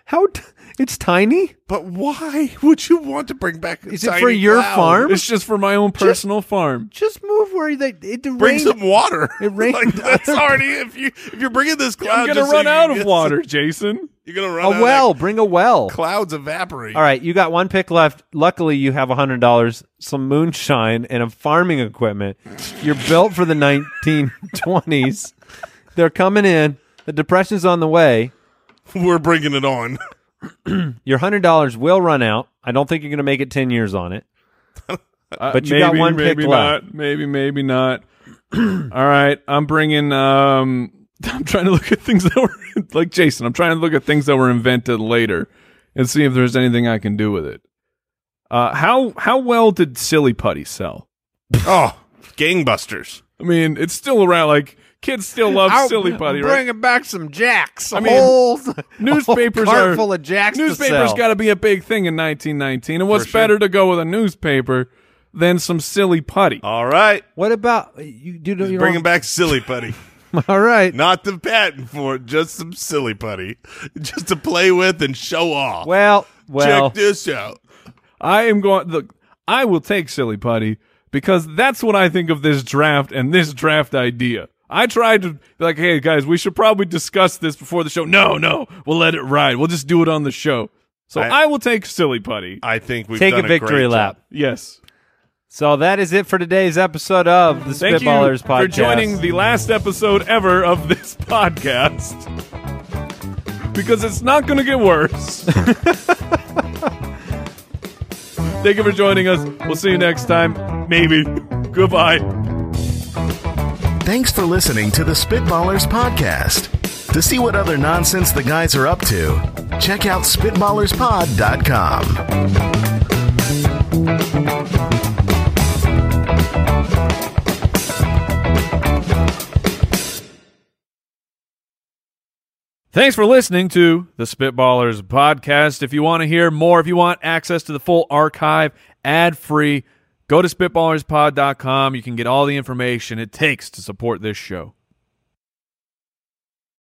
How t- it's tiny. But why would you want to bring back? a Is it for tiny your cloud? farm? It's just for my own personal farm. Just move where they it the Bring rain- some water. It rained Like, that's already if you if you're bringing this cloud, I'm gonna just so run you out can of get water, some- Jason. you're gonna run out a of well. that- Bring a well. Clouds evaporate. All right, you got one pick left. Luckily, you have hundred dollars, some moonshine, and a farming equipment. You're built for the 1920s. They're coming in. The depression's on the way. We're bringing it on. Your hundred dollars will run out. I don't think you're going to make it ten years on it. But you Uh, maybe, got one maybe pick not. Maybe, maybe not. All right, I'm bringing. um I'm trying to look at things that were like Jason. I'm trying to look at things that were invented later and see if there's anything I can do with it. Uh, how how well did silly putty sell? oh, gangbusters. I mean, it's still around. Like kids still love silly putty, right? back some jacks. I mean, newspapers are full of jacks. to Newspapers sell. got to be a big thing in 1919, and what's better to go with a newspaper than some silly putty? All right, What about uh, you? Do you bringing back silly putty. All right. Not the patent for it, just some silly putty, just to play with and show off. Well, well. Check this out. I am going. Look, I will take silly putty because that's what I think of this draft and this draft idea. I tried to be like, hey guys, we should probably discuss this before the show. No, no, we'll let it ride. We'll just do it on the show. So I- I, will take silly putty. I think we've Take done a victory great lap. job. yes. So that is it for today's episode of the Thank you Spitballers podcast. for joining the last episode ever of this podcast. Because it's not going to get worse. Thank you for joining us. We'll see you next time. Maybe. Goodbye. Thanks for listening to the Spitballers Podcast. To see what other nonsense the guys are up to, check out SpitballersPod.com. Thanks for listening to the Spitballers podcast. If you want to hear more, if you want access to the full archive ad free, go to spitballerspod.com. You can get all the information it takes to support this show.